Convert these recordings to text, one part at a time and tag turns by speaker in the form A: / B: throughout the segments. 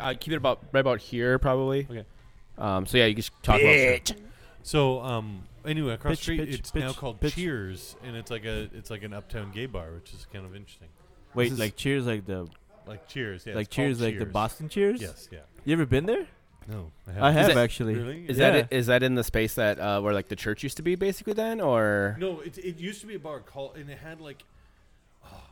A: I keep it about right about here probably. Okay. Um. So yeah, you can just talk about stuff.
B: So um, anyway, across the
C: Bitch,
B: street,
C: bitch,
B: it's now
C: bitch,
B: called
C: bitch.
B: Cheers, and it's like a it's like an uptown gay bar, which is kind of interesting.
C: Wait,
A: This is-
C: like Cheers, like the
B: Like Cheers, yeah.
C: like
B: it's called
C: Cheers, like the Boston Cheers.
B: Yes, yeah.
C: You ever been there?
B: No,
C: I have
A: that-
C: actually.
B: Really?
A: Is
C: Yeah.
A: that it, is that in the space that uh, where like the church used to be basically then or
B: No, it it used to be a bar called, and it had like ah,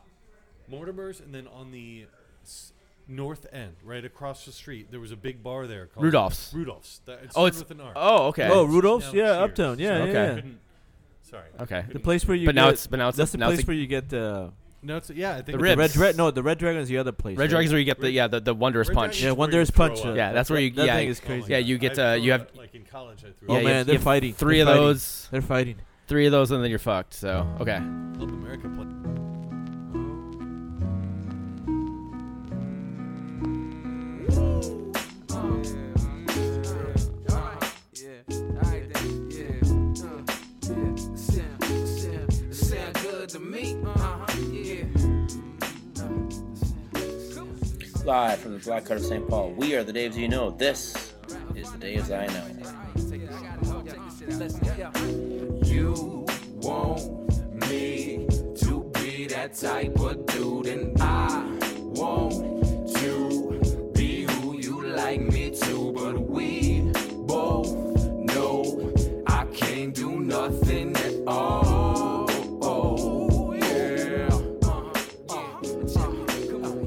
B: Mortimer's, and then on the s- north end, right across the street, there was a big bar there called
A: Rudolph's?
B: Rudolph's. That, it
A: Oh,
B: started
A: it's
B: with an R.
A: oh okay.
C: Oh, Rudolph's,
B: Now
C: yeah,
B: Cheers.
C: Uptown, yeah,
B: So
A: yeah, Uh,
B: I
A: yeah.
B: couldn't- Sorry.
A: Okay.
C: The place where you.
A: But now
C: get-
A: it's- but now it's-
C: that's the
A: now it's
C: place
A: a-
C: where you get the
B: No, it's yeah. I think
A: The
C: the
A: ribs.
C: red red. No, the red dragon is the other place.
A: Red
C: right?
A: Dragons where you get the yeah the, the wondrous
B: Red
A: punch.
B: Dragons
C: Yeah,
B: is where
C: Wondrous
B: you throw
C: Punch,
B: up.
C: uh,
A: Yeah, that's where you
C: That
A: yeah
C: thing
A: you-
C: is crazy.
B: Oh my
A: yeah, you
B: God.
A: get,
B: I
A: uh,
B: threw
A: you have-
B: up, like in college. I threw
A: yeah,
C: Oh,
B: up.
A: you
C: man,
A: have-
C: they're
A: you have
C: fighting.
A: Three
C: They're
A: of
C: fighting.
A: those,
C: They're fighting.
A: three of those, and then you're fucked. So okay.
B: Club America play.
D: Live from the Black Heart of St. Paul, we are the Daves you know. This is the Daves I know.
E: You want me to be that type of dude, and I want to be who you like me to. But we both know I can't do nothing at all. Oh, yeah.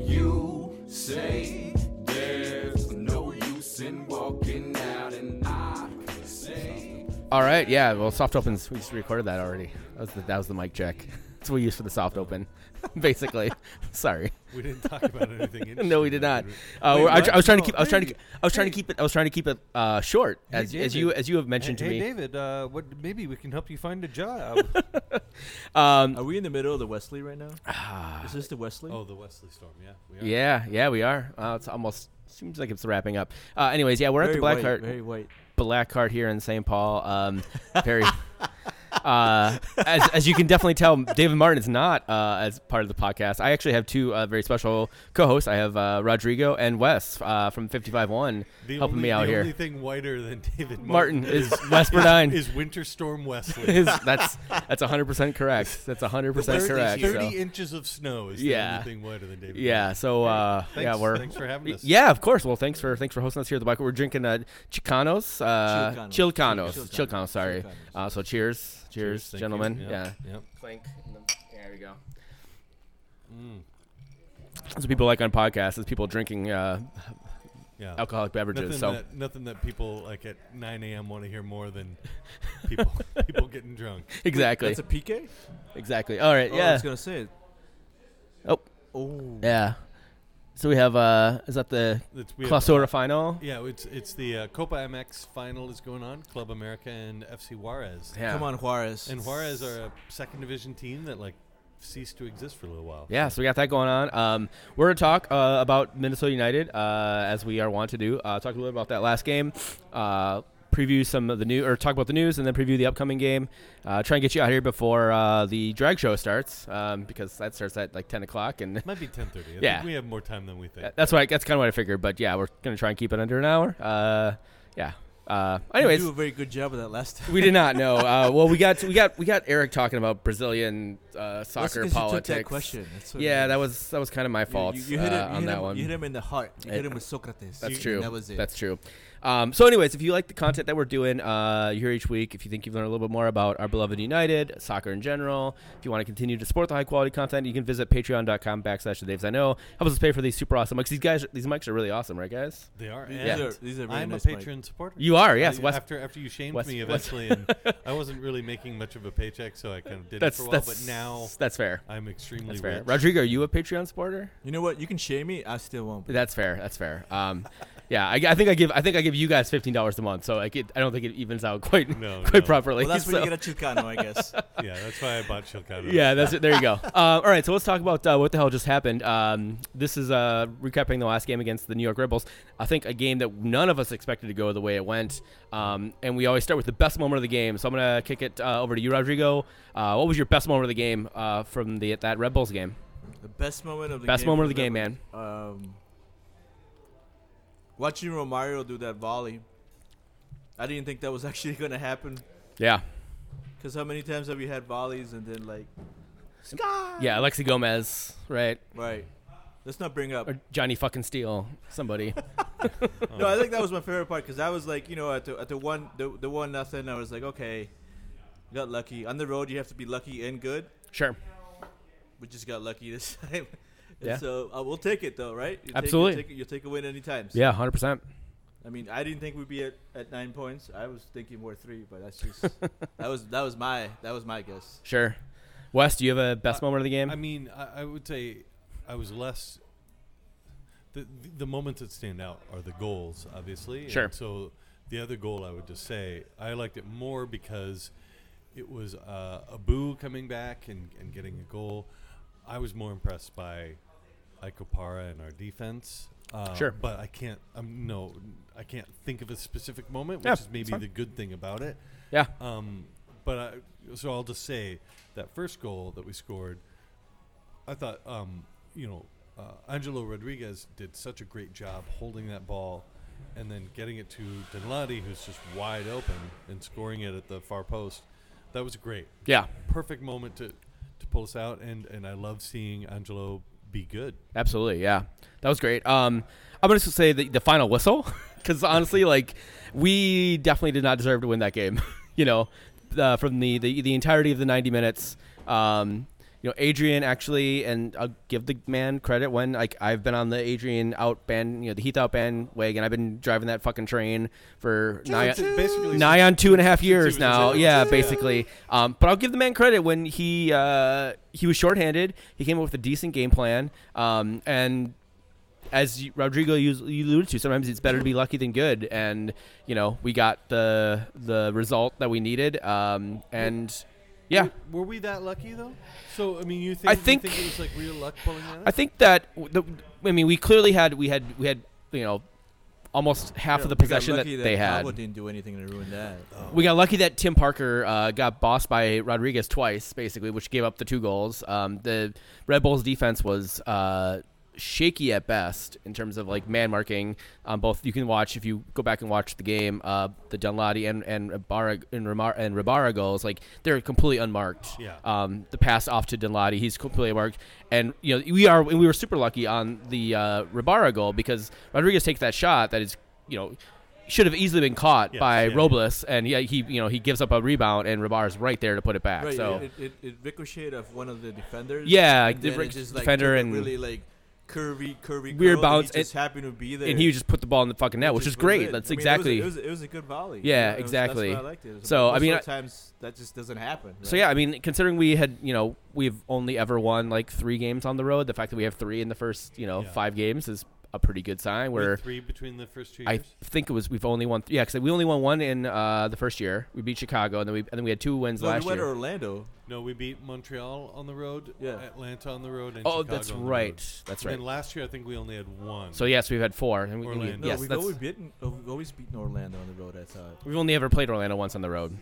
E: You say there's no use in walking out, and I say.
A: All right, yeah. Well, soft opens. We just recorded that already. That was the, that was the mic check. That's what we use for the soft open, basically. Sorry.
B: We didn't talk about anything. Interesting
A: No, we did not.
B: that we-
A: Uh,
B: Wait,
A: we're- I,
B: what?
A: I was trying to
B: No,
A: keep. I was trying to.
B: hey,
A: I was trying to
B: hey.
A: keep it. I was trying to keep it uh, short,
B: Hey,
A: as, as you
B: David.
A: as you have mentioned
B: hey,
A: to me.
B: David, uh, what, maybe we can help you find a job.
A: Um, Ah.
C: Are we in the middle of the Wesley right now? is this the Wesley?
B: oh, the Wesley Storm, yeah. We are.
A: yeah, yeah, we are. Uh, it's almost seems like it's wrapping up. Uh, anyways, yeah, we're
C: very
A: at the Blackheart.
C: white, Very white.
A: Blackheart here in St. Paul. Um, very, uh, as, as you can definitely tell, David Martin is not uh, as part of the podcast. I actually have two uh, very special co-hosts. I have uh, Rodrigo and Wes uh, from 55.1
B: The
A: helping
B: only,
A: me out
B: the
A: here.
B: only thing whiter than David
A: Martin is
B: is,
A: West Burdine.
B: is Winter Storm Wesley.
A: Is- that's that's 100% correct. That's 100% correct. so-
B: Thirty inches of snow is
A: Yeah.
B: the only thing whiter than David.
A: Yeah.
B: Martin.
A: So uh,
B: Thanks-
A: yeah, we're
B: thanks for having us.
A: Yeah, of course. Well, thanks for thanks for hosting us here at the bike. We're drinking uh, Chicanos, uh, Chilcanos, Chilcanos.
C: Chilcanos. Chilcanos.
A: sorry.
C: Chilcanos.
A: Uh, so cheers, cheers,
B: thank you.
A: gentlemen.
B: Yep,
A: Yeah.
B: yep.
A: Clink. There we go.
B: Mm,
A: That's what people like on podcasts is people drinking uh,
B: Yeah.
A: alcoholic beverages.
B: Nothing,
A: so
B: that, nothing that people like at 9 a.m. want to hear more than people people getting drunk.
A: exactly,
C: That's a PK.
A: exactly. All right.
C: Oh, I
A: yeah.
C: was gonna say.
A: Oh.
C: Oh.
A: Yeah. So we have uh, is that the
B: It's, we have,
A: Clausura final?
B: yeah, it's it's the uh, Copa MX final is going on. Club America and FC Juarez.
A: Yeah.
C: Come on, Juarez.
B: And Juarez are a second division team that like ceased to exist for a little while.
A: Yeah, so we got that going on. Um, we're gonna talk uh, about Minnesota United uh, as we are wont to do. Uh, talk a little bit about that last game. Uh, preview some of the new or talk about the news and then preview the upcoming game. Uh, try and get you out here before uh, the drag show starts um, because that starts at like ten o'clock and.
B: Might be 10:30. I
A: Yeah. Uh,
B: think we have more time than we think.
A: That's what I, that's kind of what I figured, but yeah, we're gonna try and keep it under an hour. Uh, yeah. Uh, anyways,
C: you do a very good job of that last time.
A: we did not know. Uh, well, we got we got we got Eric talking about Brazilian uh,
C: That's
A: soccer
C: 'cause You took
A: politics.
C: that question. That's what it
A: Yeah,
C: is.
A: that was that was kind of my
C: You-
A: fault
C: You, you
A: uh,
C: hit, him, you
A: on
C: hit
A: that
C: him,
A: one.
C: You hit him in the heart. You hit
A: Uh,
C: him with Socrates.
A: That's
C: You-
A: true.
C: That was it.
A: That's true. Um, so, anyways, if you like the content that we're doing uh, here each week, if you think you've learned a little bit more about our beloved United, soccer in general, if you want to continue to support the high quality content, you can visit patreon.com backslash the Daves I know. Help us pay for these super awesome mics. These guys, these mics are really awesome, right, guys?
B: They are.
C: These
B: and
C: are- these are really
B: I'm
C: nice,
B: a
C: Mike.
B: patron supporter.
A: You are, yes.
B: I-
A: Wes-
B: after after you shamed
A: Wes-
B: me
A: Wes-
B: eventually, and I wasn't really making much of a paycheck, so I kind of did
A: That's
B: it for a while.
A: that's
B: But now
A: that's fair.
B: I'm extremely
A: That's fair.
B: rich.
A: Rodrigo, are you a Patreon supporter?
C: You know what? You can shame me. I still won't. be.
A: That's fair. That's fair. Um, yeah, I, I think I give I think I give you guys fifteen dollars a month, so I get, I don't think it evens out quite
B: No,
A: quite
B: Oh, no.
A: properly.
C: Well, that's
A: so-
C: where you get a Chicano, I guess.
B: yeah, that's why I bought Chilcano.
A: Yeah, that's it. There you go. Uh, all right, so let's talk about uh, what the hell just happened. Um, this is uh, recapping the last game against the New York Rebels. I think a game that none of us expected to go the way it went. Um, and we always start with the best moment of the game. So I'm gonna kick it uh, over to you, Rodrigo. Uh, what was your best moment of the game uh, from the that Rebels game?
C: The best moment of the
A: Best
C: game.
A: moment
C: for
A: of the game,
C: Rebels. Um, Watching Romario do that volley, I didn't think that was actually gonna happen.
A: Yeah.
C: Cause how many times have you had volleys and then like,
A: Yeah, Alexi Gomez, right?
C: right? Let's not bring up.
A: Or Johnny fucking Steele, somebody.
C: No, I think that was my favorite part because I was like, you know, at the, at the one the, the one nothing, I was like, okay, got lucky. On the road, you have to be lucky and good.
A: sure.
C: We just got lucky this time. And
A: Yeah.
C: So uh, we'll take it though, right? You take- you
A: Absolutely.
C: Take, you take a win anytime. So,
A: Yeah, 100%.
C: I mean, I didn't think we'd be at, at nine points. I was thinking more three, but that's just that was that was my that was my guess.
A: Sure. Wes, do you have a
C: Uh,
A: best moment of the game?
B: I mean, I, I would say I was less. The, the moments that stand out are the goals, obviously. and
A: Sure.
B: so the other goal I would just say I liked it more because it was uh, Abu coming back and, and getting a goal. I was more impressed by Icopara and our defense. Uh,
A: Sure.
B: but I can't. Um, no, I can't think of a specific moment, which
A: Yeah,
B: is
A: it's
B: maybe
A: fine.
B: the good thing about it.
A: yeah.
B: Um, but I, so I'll just say that first goal that we scored, I thought, um, you know, uh, Angelo Rodriguez did such a great job holding that ball and then getting it to Denladi, who's just wide open and scoring it at the far post. That was great.
A: yeah.
B: Perfect moment to, to pull us out. And, and I love seeing Angelo be good.
A: Absolutely, yeah. That was great. Um, I'm gonna just say the, the final whistle, because honestly, like we definitely did not deserve to win that game. you know, uh, from the, the the entirety of the 90 minutes. Um, you know, Adrian actually, and I'll give the man credit when like I've been on the Adrian out band, you know, the Heath out band wagon. I've been driving that fucking train for nigh,
B: Basically,
A: nigh on two and a half years
B: was
A: now.
B: in jail.
A: Yeah, basically. Um, but I'll give the man credit when he uh, he was shorthanded. He came up with a decent game plan. Um, and as you, Rodrigo you, you alluded to, sometimes it's better to be lucky than good. And you know we got the the result that we needed. Um, and yeah,
B: Were we that lucky, though? So, I mean, you think,
A: I
B: you
A: think-
B: it was like real luck pulling that?
A: I think that w- the, I mean we clearly had we had we had you know almost half of the
C: We got
A: possession that,
C: lucky
A: they had.
C: Cabo didn't do anything to ruin that.
A: We got lucky that Tim Parker uh, got bossed by Rodriguez twice, basically, which gave up the two goals. Um, the Red Bulls defense was uh, shaky at best in terms of like man marking. Um, both you can watch if you go back and watch the game, uh, the Dunlady and and Ribara and, Ramar, and Ribara goals, like they're completely unmarked.
B: Yeah.
A: Um, the pass off to Dunlady, he's completely unmarked, and you know we are and we were super lucky on the uh, Ribara goal because Rodriguez takes that shot that is you know. Should have easily been caught
B: Yes,
A: by
B: yeah, yeah.
A: Robles Robles, and yeah, he you know he gives up a rebound, and Rabar's right there to put it back.
C: Right,
A: so
C: it, it, it ricocheted off one of the defenders.
A: Yeah,
C: and
A: the
C: then it
A: ric-
C: just, like,
A: defender
C: took a
A: and-
C: really like curvy, curvy,
A: Weird
C: curl, and
A: bounce,
C: He just happened to be there,
A: and he just put the ball in the fucking net, which is
C: just was
A: great.
C: it.
A: That's
C: I mean, it was a-
A: exactly.
C: It was, it was a good volley.
A: Yeah,
C: It was-
A: exactly.
C: That's why I liked it. It was-
A: So, I
C: most
A: mean,
C: of
A: I-
C: the times that just doesn't happen.
A: so yeah, I mean, considering we had you know we've only ever won like three games on the road, the fact that we have three in the first you know
B: Yeah.
A: five games is a pretty good sign.
B: We had
A: Where
B: three between the first two years.
A: I think it was we've only won yeah, because we only won one in uh, the first year. We beat Chicago, and then we and then we had two wins
C: No,
A: last
C: we went to
A: year.
C: Orlando.
B: No, we beat Montreal on the road,
C: Yeah.
B: Atlanta on the road, and
A: Oh,
B: Chicago
A: that's
B: on the road.
A: right. That's right.
B: And last year, I think we only had one.
A: So yes, we've had four. And we, and we-
B: Orlando.
C: No,
A: yes,
C: we've
A: that's,
C: always beaten. oh, We've always beaten Orlando on the road. I thought.
A: we've only ever played Orlando once on the road.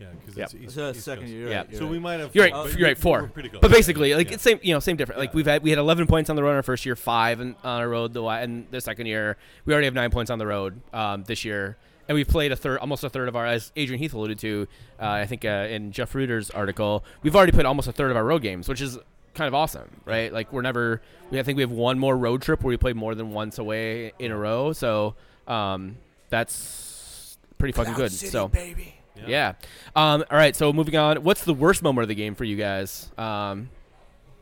B: yeah, because
A: Yep.
B: it's East,
C: So that's
B: East
C: second
B: Coast.
C: year.
A: Yeah.
C: Right,
B: So we might have.
A: You're right.
B: but
A: you're
B: we-
A: right.
B: we
A: Four.
B: Uh, were pretty close.
A: But basically, like
B: Yeah.
A: it's same. You know, same difference. Like
B: Yeah.
A: we've had we had 11 points on the road our first year, five in, on our road the la- and the second year. We already have nine points on the road um, this year, and we've played a third, almost a third of our. As Adrian Heath alluded to, uh, I think uh, in Jeff Reuter's article, we've already played almost a third of our road games, which is kind of awesome, right? Like we're never. We I think we have one more road trip where we play more than once away in a row. So um, that's pretty fucking good. so. Yeah. Um, all right. So moving on. What's the worst moment of the game for you guys? Um,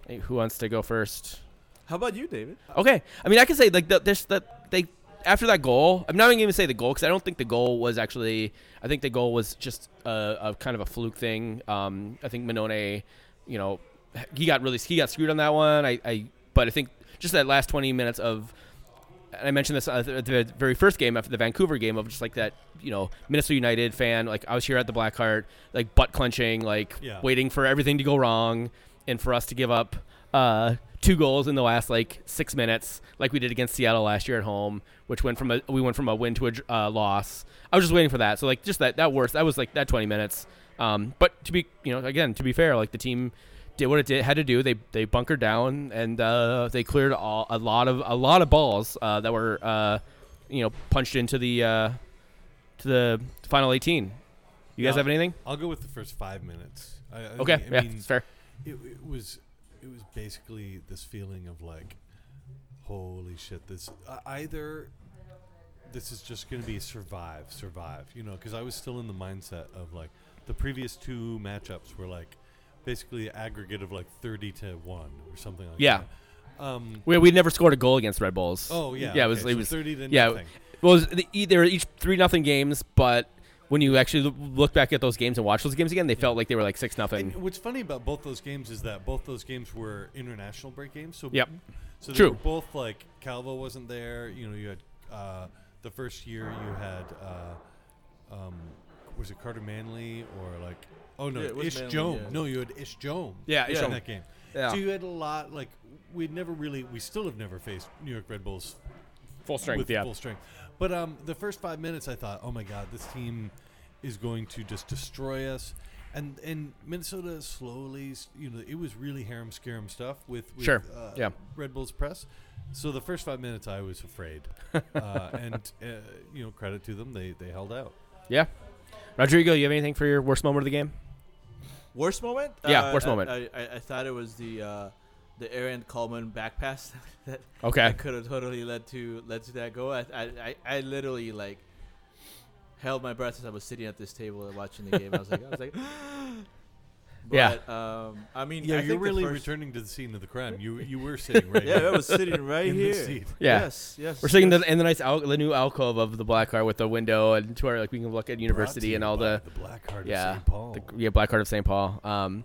A: hey, who wants to go first?
C: How about you, David?
A: Okay. I mean, I can say like the, there's that they after that goal. I'm not even going to say the goal because I don't think the goal was actually. I think the goal was just a, a kind of a fluke thing. Um, I think Minone, you know, he got really he got screwed on that one. I, I but I think just that last 20 minutes of. And I mentioned this uh, at the very first game after the Vancouver game of just like that, you know, Minnesota United fan. Like I was here at the Blackheart, like butt clenching, like
B: Yeah.
A: waiting for everything to go wrong, and for us to give up uh, two goals in the last like six minutes, like we did against Seattle last year at home, which went from a we went from a win to a dr- uh, loss. I was just waiting for that. So like just that that worst that was like that 20 minutes. Um, but to be you know again to be fair, like the team did what it did, had to do. They they bunkered down and uh, they cleared all, a lot of a lot of balls uh, that were uh, you know, punched into the uh, to the final 18. You guys
B: Yeah.
A: have anything?
B: I'll go with the first five minutes. I, I
A: Okay,
B: think- I
A: yeah,
B: mean,
A: it's fair.
B: It, it was it was basically this feeling of like, holy shit! This uh, either this is just going to be survive, survive. You know, because I was still in the mindset of like the previous two matchups were like basically aggregate of like thirty to one or something like
A: Yeah.
B: that. Um,
A: We we never scored a goal against Red Bulls.
B: Oh, yeah,
A: yeah. It was
B: okay,
A: it
B: so
A: was
B: 30 to
A: yeah.
B: nothing.
A: Well, it was the, e- they were each three nothing games, but when you actually lo- look back at those games and watch those games again, they felt like they were like six nothing.
B: And what's funny about both those games is that both those games were international break games. So
A: Yep.
B: So they
A: True.
B: were both like Calvo wasn't there. You know, you had uh, the first year you had uh, um, was it Carter Manley or like oh no
C: Yeah, it was
B: Ish
C: Manley,
B: Jones?
C: yeah.
B: No, you had Ish Jones.
A: Yeah, Ish
B: in
A: Jones.
B: that game.
A: Yeah.
B: So you had a lot like we'd never really we still have never faced New York Red Bulls
A: Full strength,
B: with
A: yeah.
B: full strength. But um, the first five minutes, I thought, oh my god, this team is going to just destroy us. And and Minnesota slowly, s- you know, it was really harem scarum stuff with, with
A: Sure,
B: uh,
A: yeah.
B: Red Bulls press. So the first five minutes, I was afraid, uh, and uh, you know, credit to them, they they held out.
A: yeah. Rodrigo, you have anything for your worst moment of the game?
C: Worst moment?
A: Yeah,
C: Uh,
A: worst
C: I-
A: moment.
C: I, I, I thought it was the uh, the Aaron Coleman back pass that
A: Okay.
C: could have totally led to led to that goal. I, I, I, I literally like held my breath as I was sitting at this table and watching the game. I was like, I was like,
A: Yeah.
C: But, um, I mean,
B: Yeah,
C: I
B: you're
C: think the
B: really
C: first-
B: returning to the scene of the crime. You you were sitting right.
C: Yeah,
B: here
C: I was sitting right
B: in
C: here.
B: the seat.
A: Yeah.
C: Yes, yes.
A: We're sitting in
C: yes.
A: the, in the nice al- the new alcove of the black car with the window and to our like we can look at
B: Brought to
A: university and
B: you
A: all
B: by
A: the
B: the Black Heart
A: yeah,
B: of St. Paul.
A: the- yeah, Black Heart of St. Paul. Um,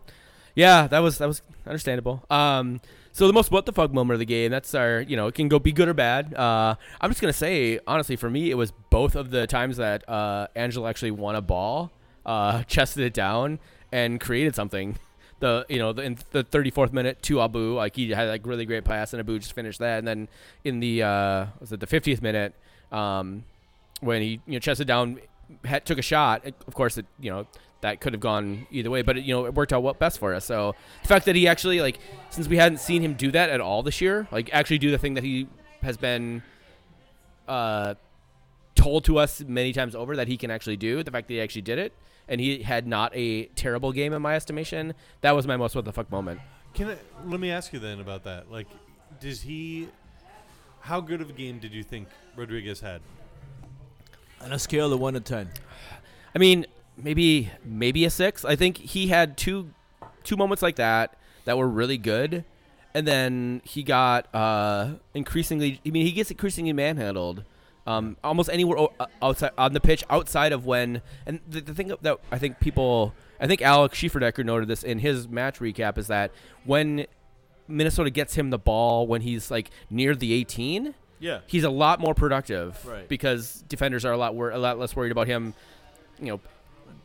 A: yeah, that was that was understandable. Um, so the most what the fuck moment of the game. That's our you know it can go be good or bad. Uh, I'm just gonna say honestly for me it was both of the times that uh, Angela actually won a ball, uh, chested it down and created something. The you know the, in the 34th minute to Abu like he had like really great pass and Abu just finished that and then in the uh, was it the 50th minute um, when he you know chested down had, took a shot it- of course it you know that could have gone either way but it, you know it worked out what best for us so the fact that he actually like since we hadn't seen him do that at all this year like actually do the thing that he has been uh told to us many times over that he can actually do the fact that he actually did it and he had not a terrible game in my estimation that was my most what the fuck moment
B: Can I, let me ask you then about that. Like, does he? How good of a game did you think Rodriguez had?
C: on a scale of one to ten.
A: I mean, maybe maybe a six. I think he had two two moments like that that were really good, and then he got uh, increasingly. I mean, he gets increasingly manhandled. Um, almost anywhere o- outside on the pitch, outside of when, and the, the thing that I think people, I think Alex Schieferdecker noted this in his match recap is that when Minnesota gets him the ball when he's like near the 18,
C: Yeah.
A: he's a lot more productive
C: Right.
A: because defenders are a lot wor- a lot less worried about him, you know,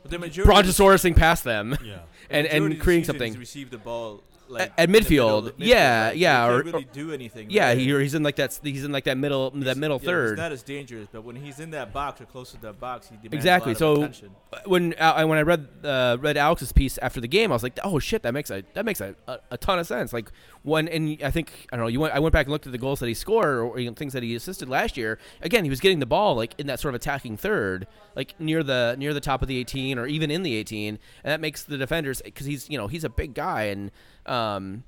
C: But the majority
A: brontosaurussing past them
B: Yeah.
A: and and creating something.
C: Receive the ball like
A: at
C: in the middle
A: midfield.
C: of
A: Yeah,
C: Like, he
A: yeah,
C: Can't
A: or-
C: really do anything.
A: Yeah,
C: there.
A: he, he's in like that. s- He's in like that middle that middle
C: Yeah,
A: third.
C: He's not as dangerous, but when he's in that box or close to that box, he demands
A: Exactly.
C: A lot of
A: So
C: attention.
A: when I when I read uh, read Alex's piece after the game, I was like, oh shit, that makes a that makes a, a, a ton of sense. Like when and I think I don't know. You went I went back and looked at the goals that he scored or you know, things that he assisted last year. Again, he was getting the ball like in that sort of attacking third, like near the near the top of the 18 or even in the 18, and that makes the defenders because he's you know he's a big guy and um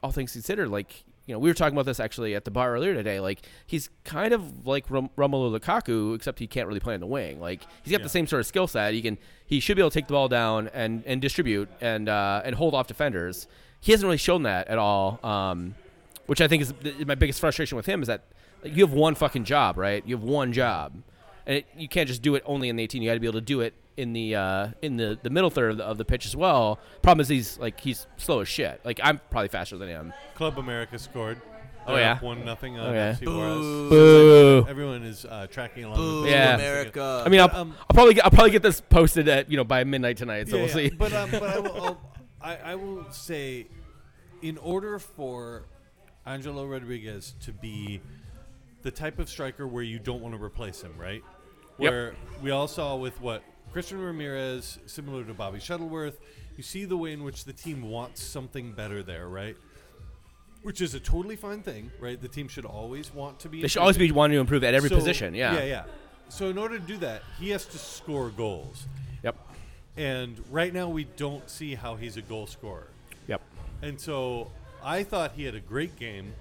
A: all things considered, like you know, we were talking about this actually at the bar earlier today. Like he's kind of like Rom- Romelu Lukaku, except he can't really play in the wing. Like he's got
B: Yeah.
A: the same sort of skill set. He can he should be able to take the ball down and and distribute and uh, and hold off defenders. He hasn't really shown that at all. Um, which I think is th- my biggest frustration with him is that like, you have one fucking job, right? You have one job, and it, you can't just do it only in the 18. You got to be able to do it in the uh, in the, the middle third of the, of the pitch as well. Problem is he's like he's slow as shit. Like I'm probably faster than him.
B: Club America scored.
A: Oh,
B: They're
A: yeah.
B: up one nothing on
A: Oh, yeah.
B: FC Juarez.
A: Boo.
B: Everyone is uh, tracking along.
C: Boo,
B: with the
A: Yeah.
B: Club America.
C: America.
A: I mean, I'll,
B: um,
A: I'll probably get, I'll probably get this posted at you know by midnight tonight. So
B: Yeah,
A: we'll
B: yeah.
A: see.
B: But, um, but I, will, I'll, I, I will say, in order for Angelo Rodriguez to be the type of striker where you don't want to replace him, right?
A: Yep.
B: Where we all saw with what Christian Ramirez, similar to Bobby Shuttleworth, you see the way in which the team wants something better there, right? which is a totally fine thing, right? The team should always want to be.
A: They should always be
B: improving.
A: wanting to improve at every
B: So-
A: position. Yeah.
B: Yeah, yeah. So in order to do that, he has to score goals,
A: Yep.
B: and right now we don't see how he's a goal scorer.
A: Yep.
B: And so I thought he had a great game,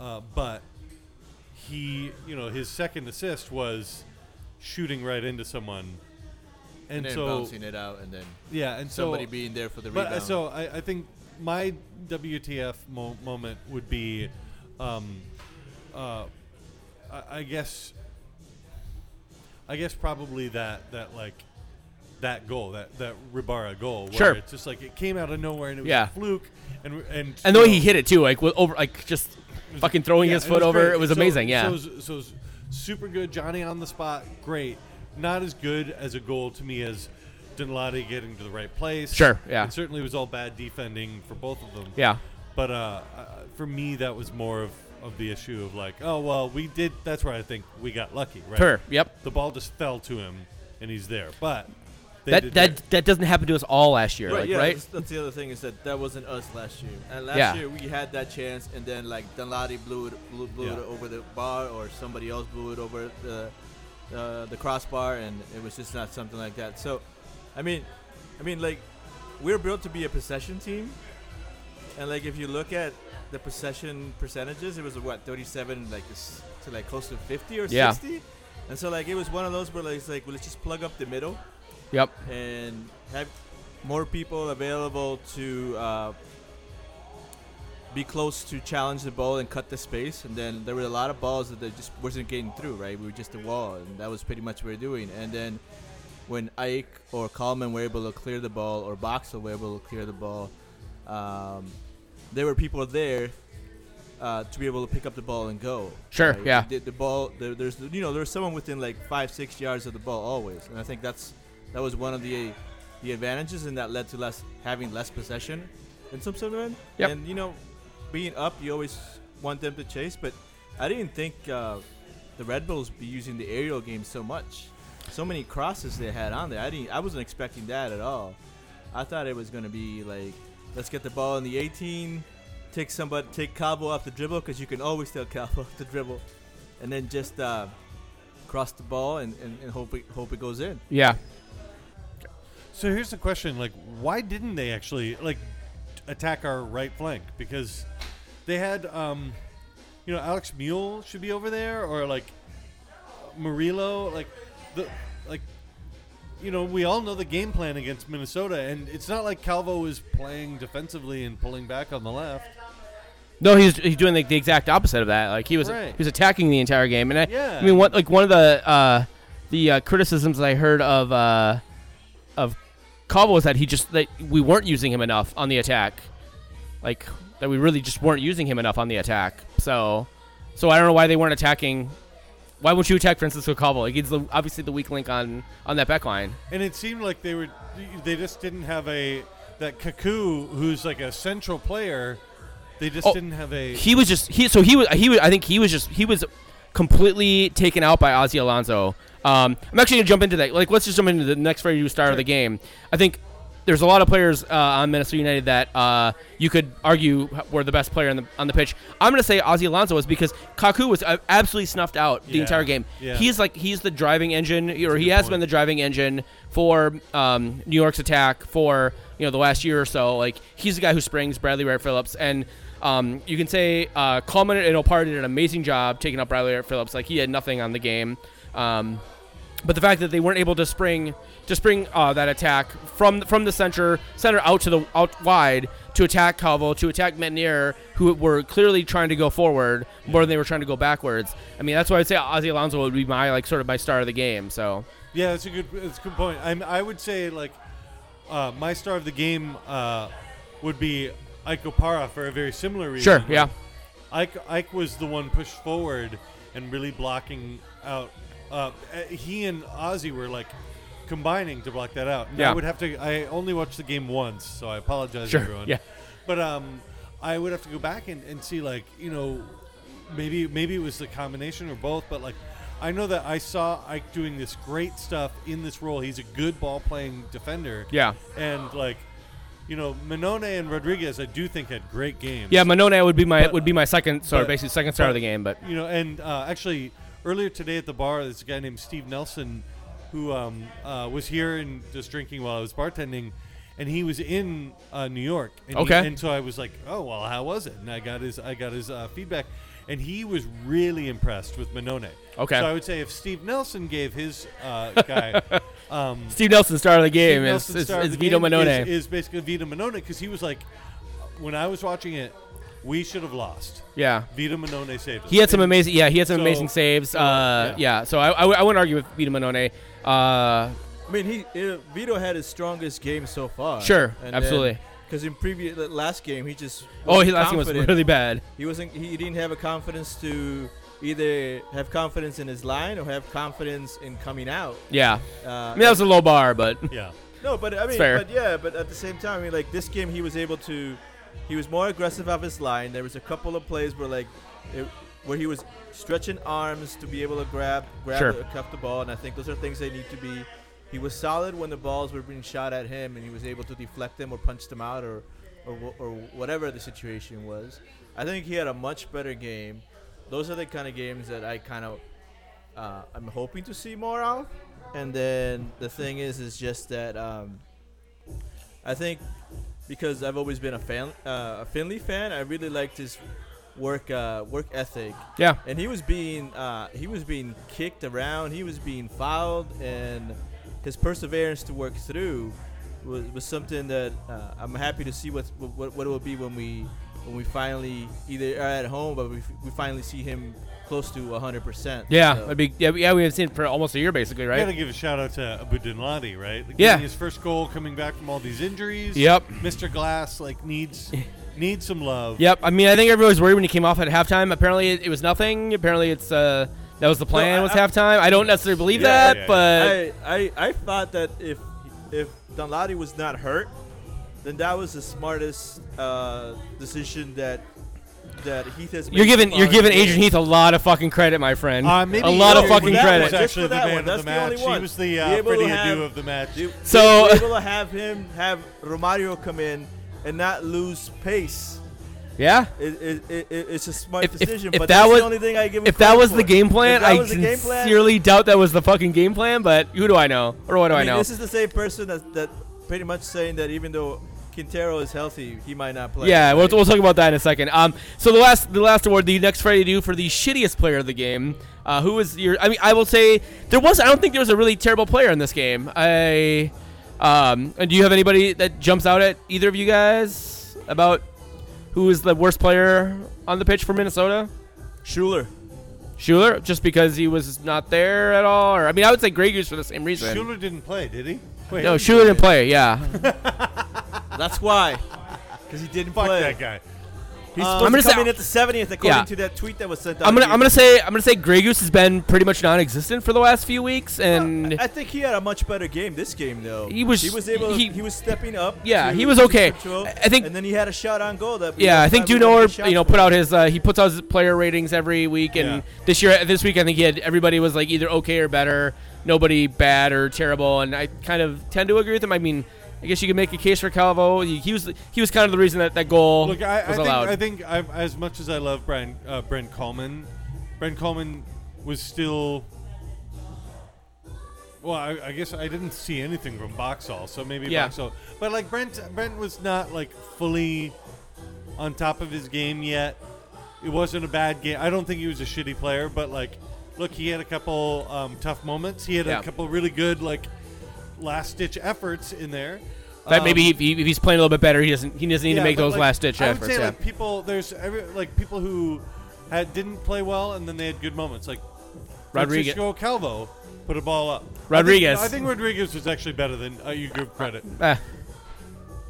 B: uh, but he, you know, his second assist was shooting right into someone, and,
F: and then
B: so
F: bouncing it out, and then
B: yeah, and so
F: somebody being there for the
B: but
F: rebound.
B: uh, so I, I think my WTF mo- moment would be, um, uh, I, I guess, I guess probably that that like that goal that that Ribara goal. Where
A: Sure.
B: It's just like it came out of nowhere and it was
A: Yeah.
B: a fluke and and
A: And the way
B: you
A: he
B: know,
A: hit it too, like with over, like just fucking throwing
B: yeah,
A: his
B: it
A: foot over,
B: great.
A: it was
B: So-
A: amazing. Yeah.
B: So, it was- so it was super good. Johnny on the spot, great. Not as good as a goal to me as Denlati getting to the right place.
A: Sure, yeah.
B: It certainly was all bad defending for both of them.
A: yeah.
B: But uh, uh, for me, that was more of, of the issue of like, oh well, we did. That's where I think we got lucky, right?
A: Sure. Yep.
B: The ball just fell to him, and he's there. But they
A: That
B: did
A: that
B: their-
A: that doesn't happen to us all last year,
C: Right,
A: like
C: yeah,
A: right?
C: That's, that's the other thing is that that wasn't us last year. And last
A: Yeah.
C: year we had that chance, and then like Danlati blew it blew, blew it
B: Yeah.
C: over the bar, or somebody else blew it over the uh, the crossbar, and it was just not something like that. So, I mean, I mean like we're built to be a possession team, and like if you look at the possession percentages, it was what 37 like s- to like close to 50 or
A: Yeah.
C: 60. And so like it was one of those where like, it's like well, let's just plug up the middle
A: Yep.
C: and have more people available to uh, be close to challenge the ball and cut the space. And then there were a lot of balls that they just wasn't getting through. Right, we were just a wall, and that was pretty much what we were doing. And then when Ike or Coleman were able to clear the ball, or Boxel were able to clear the ball, um, there were people there. Uh, to be able to pick up the ball and go.
A: Sure,
C: right?
A: yeah.
C: The, the ball, there, there's, you know, there's someone within like five, six yards of the ball always, and I think that's that was one of the the advantages, and that led to less having less possession in some sort of end.
A: Yep.
C: And you know, being up, you always want them to chase, but I didn't think uh, the Red Bulls be using the aerial game so much. So many crosses they had on there. I didn't. I wasn't expecting that at all. I thought it was gonna be like, let's get the ball in the 18, take somebody, take Cabo off the dribble because you can always tell Cabo off the dribble, and then just uh, cross the ball and, and, and hope it, hope it goes in.
A: Yeah.
B: So here's the question: Like, why didn't they actually like attack our right flank? Because they had, um, you know, Alex Mule should be over there, or like Murillo, like the like. You know, we all know the game plan against Minnesota, and it's not like Calvo is playing defensively and pulling back on the left.
A: No, he's he's doing like the exact opposite of that. Like he was
B: Right.
A: he was attacking the entire game, and I,
B: Yeah.
A: I mean, what like one of the uh, the uh, criticisms I heard of uh, of Cobble was that he just that we weren't using him enough on the attack, like that we really just weren't using him enough on the attack. So, so I don't know why they weren't attacking. Why won't you attack Francisco Cobble? Like he's the, obviously the weak link on on that back line.
B: And it seemed like they were they just didn't have a that Kaku who's like a central player. They just
A: Oh,
B: didn't have a
A: he was just he so he was he was I think he was just he was completely taken out by Ozzy Alonso. Um, I'm actually gonna jump into that. Like, let's just jump into the next very new star of the game. I think there's a lot of players uh, on Minnesota United that uh, you could argue were the best player on the on the pitch. I'm gonna say Ozzy Alonso was because Kaku was uh, absolutely snuffed out the
B: Yeah.
A: entire game.
B: Yeah.
A: He's like he's the driving engine, or he
B: good
A: has
B: point.
A: been the driving engine for um, New York's attack for you know the last year or so. Like he's the guy who springs Bradley Wright Phillips, and um, you can say uh, Coleman and Opar did an amazing job taking up Bradley Wright Phillips. Like he had nothing on the game, um, but the fact that they weren't able to spring to spring uh, that attack from from the center center out to the out wide to attack Calvo to attack Menier, who were clearly trying to go forward more than they were trying to go backwards. I mean that's why I'd say Ozzy Alonso would be my like sort of my star of the game. So.
B: Yeah, that's a good. That's a good point. I'm, I would say like uh, my star of the game uh, would be Ike Opara for a very similar reason.
A: Sure,
B: Like,
A: yeah.
B: Ike Ike was the one pushed forward and really blocking out. Uh, eh, he and Ozzy were like combining to block that out. And
A: Yeah.
B: I would have to. I only watched the game once, so I apologize,
A: Sure,
B: everyone.
A: yeah.
B: But um, I would have to go back and, and see like you know, maybe maybe it was the combination or both. But like, I know that I saw Ike doing this great stuff in this role. He's a good ball playing defender.
A: Yeah.
B: And like, you know, Minone and Rodriguez, I do think had great games.
A: Yeah, Manone would be my would be my second, sorry,
B: but-
A: basically second star
B: but-
A: of the game. But
B: you know, and uh, actually earlier today at the bar, there's a guy named Steve Nelson who um, uh, was here and just drinking while I was bartending, and he was in uh, New York. And he-
A: Okay.
B: and so I was like, oh well, how was it? And I got his I got his uh, feedback, and he was really impressed with Monone.
A: Okay.
B: So I would say if Steve Nelson gave his uh, guy. Um,
A: Steve Nelson, star of the game,
B: Steve
A: is,
B: Nelson's
A: is,
B: star of
A: is
B: the
A: Vito
B: game
A: Manone.
B: Is, is basically Vito Minone because he was like, when I was watching it, we should have lost.
A: yeah,
B: Vito Minone saved us.
A: he had some
B: And-
A: amazing. Yeah, he had some
B: So-
A: amazing saves.
B: so,
A: Uh, yeah. so I, I, w- I wouldn't argue with Vito Manone. Uh,
C: I mean, he it, Vito had his strongest game so far.
A: Sure, absolutely.
C: Because in previous the last game, he just
A: oh, his
C: wasn't
A: last game was
C: confident.
A: really bad.
C: He wasn't. He didn't have a confidence to either have confidence in his line or have confidence in coming out.
A: Yeah,
C: Uh,
A: I mean that was a low bar, but
B: Yeah.
C: No, but I mean,
A: fair.
C: but yeah, but at the same time, I mean, like this game, he was able to, he was more aggressive off his line. There was a couple of plays where like, it, where he was stretching arms to be able to grab, grab,
A: Sure.
C: the, cuff the ball, and I think those are things they need to be. He was solid when the balls were being shot at him, and he was able to deflect them or punch them out or, or, wh- or whatever the situation was. I think he had a much better game. Those are the kind of games that I kind of uh, I'm hoping to see more of. And then the thing is, is just that um, I think because I've always been a fan, uh, a Finley fan, I really liked his work uh, work ethic.
A: yeah,
C: And he was being uh, he was being kicked around, he was being fouled, and his perseverance to work through was, was something that uh, I'm happy to see what what, what it will be when we when we finally either are at home, but we, we finally see him close to 100. percent
A: yeah, it'd be, yeah, yeah. We haven't seen it for almost a year, basically,
B: I Gotta
A: right?
B: give a shout out to Abu Dinladi, right? Like,
A: Yeah.
B: getting His first goal coming back from all these injuries.
A: Yep.
B: Mr. Glass like needs needs some love.
A: Yep. I mean, I think everybody was worried when he came off at halftime. Apparently, it, it was nothing. Apparently, it's uh, that was the plan
C: I-
A: was
C: I-
A: halftime. I don't necessarily believe
B: Yeah,
A: that,
B: yeah, yeah.
A: but
C: I, I, I thought that if if Donladi was not hurt, then that was the smartest uh, decision that that Heath has.
A: You're
C: made so
A: giving
C: far
A: you're
C: in
A: giving
C: the game.
A: Adrian Heath a lot of fucking credit, my friend.
B: Uh, maybe
A: a lot
B: he
A: of
B: was
A: fucking
B: that
A: credit.
B: Was
C: Just
B: actually
C: for
B: the
C: that
B: man
C: one.
B: of
C: That's
B: the
C: the only
B: match. He
C: one.
B: was the
C: Be
B: uh,
C: able to
B: Freddie
C: have-
B: Adu of the match.
C: They-
A: So-
C: they were able to have him have Romario come in and not lose pace.
A: yeah.
C: It, it, it, it- it's a smart
A: If- if-
C: decision,
A: if
C: but
A: that
C: that's
A: was-
C: the only thing I give him
A: If that
C: credit
A: was
C: for.
A: the game plan,
C: If that
A: I
C: was the game plan,
A: sincerely doubt that was the fucking game plan. But who do I know, or what do I,
C: mean,
A: know?
C: This is the same person that that pretty much saying that even though Quintero is healthy, he might not play.
A: yeah, we'll,
C: Right?
A: we'll talk about that in a second. Um, so the last the last award, the next Friday due for the shittiest player of the game. Uh, who was your? I mean, I will say there was. I don't think there was a really terrible player in this game. I, um, and do you have anybody that jumps out at either of you guys about who is the worst player on the pitch for Minnesota?
C: Schuler.
A: Schuler, just because he was not there at all. Or I mean, I would say Grey Goose for the same reason.
B: Schuler didn't play, did he? Wait,
A: no, Schuler didn't play. Yeah,
C: That's why. Because he didn't
B: Fuck
C: play.
B: that guy.
C: He's
A: Um,
C: supposed
A: I'm gonna
C: to come
A: say-
C: in at the 70th, according
A: Yeah.
C: to that tweet that was sent out.
A: I'm gonna
C: to
A: I'm
C: you.
A: gonna say I'm gonna say Grey Goose has been pretty much non-existent for the last few weeks, and
C: I think he had a much better game this game, though.
A: He was-
C: He was able.
A: he-
C: He, was stepping up.
A: Yeah,
C: to-
A: he was
C: to
A: okay.
C: control,
A: I- I think-
C: And then he had a shot on goal. That we
A: yeah,
C: had
A: I think
C: time we gotta get
A: Dunor
C: shots
A: you know
C: from.
A: put out his uh, he puts out his player ratings every week, and
B: Yeah.
A: this year this week I think he had everybody was like either okay or better, nobody bad or terrible, and I kind of tend to agree with him. I mean. I guess you could make a case for Calvo. He, he was he was kind of the reason that that goal
B: Look, I, I
A: was
B: think
A: allowed.
B: I think I've, as much as I love Brian uh, Brent Coleman, Brent Coleman was still. Well, I, I guess I didn't see anything from Boxall, so maybe
A: Yeah.
B: Boxall. But like Brent, Brent was not like fully on top of his game yet. It wasn't a bad game. I don't think he was a shitty player, but like, look, he had a couple um, tough moments. He had
A: Yeah.
B: a couple really good like last ditch efforts in there.
A: that
B: Um,
A: maybe if, he, if he's playing a little bit better, he doesn't he doesn't need to
B: yeah,
A: make
B: but,
A: those
B: like,
A: last ditch
B: I would
A: efforts.
B: say
A: yeah.
B: like people, there's every, like people who had didn't play well and then they had good moments. Like
A: Rodriguez.
B: Francisco Calvo put a ball up. I
A: Rodriguez.
B: think, I think Rodriguez was actually better than uh, you give credit.
A: Ah,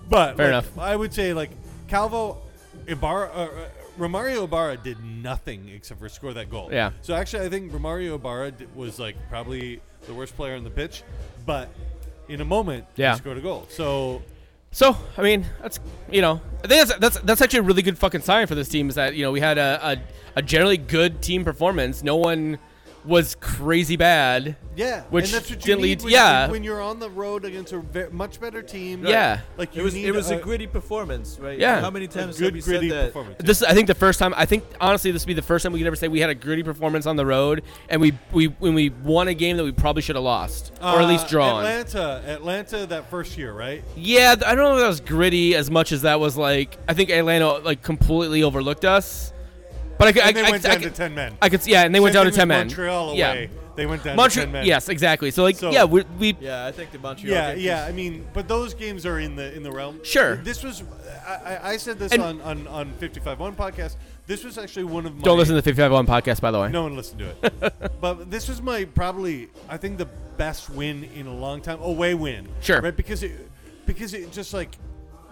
B: But
A: Fair
B: like,
A: enough.
B: I would say like Calvo, Ibarra, uh, uh, Romario Ibarra did nothing except for score that goal.
A: Yeah.
B: So actually, I think Romario Ibarra d- was like probably the worst player on the pitch, but in a moment,
A: Yeah.
B: he scored a goal. So
A: So I mean, that's you know, I think that's that's that's actually a really good fucking sign for this team is that you know we had a a, a generally good team performance. No one was crazy bad.
B: Yeah,
A: Which
B: and that's what you
A: didn't
B: need
A: lead-
B: when,
A: yeah.
B: when you're on the road against a ve- much better team.
A: Yeah.
B: like you
C: It was
B: need
C: it was a,
B: a
C: gritty performance, right?
A: Yeah.
C: How many times have
B: good
C: we
B: gritty
C: said that?
B: performance.
A: This I think the first time I think honestly this would be the first time we could ever say we had a gritty performance on the road and we we when we won a game that we probably should have lost or at
B: Uh,
A: least drawn.
B: Atlanta, Atlanta, that first year, right?
A: Yeah, th- I don't know if that was gritty as much as that was like I think Atlanta like completely overlooked us. But I could,
B: And
A: I,
B: they
A: I,
B: went
A: I,
B: down
A: could-
B: to ten men.
A: I could, yeah, and they went
B: Same
A: down
B: thing
A: to ten
B: with
A: men.
B: Montreal away.
A: Yeah,
B: They went down to ten
A: Montreal.
B: men.
A: Yes, exactly. So like,
B: So-
A: yeah, we, we
C: Yeah, I think the Montreal.
B: Yeah,
C: game
B: yeah.
C: was-
B: I mean, but those games are in the in the realm.
A: Sure.
B: This was, I, I- I said this
A: And-
B: on on on fifty five one podcast. This was actually one of my.
A: don't listen to the fifty-five one podcast, by the way.
B: No one listened to it. but this was my probably I think the best win in a long time. Away win.
A: Sure.
B: Right because it because it just like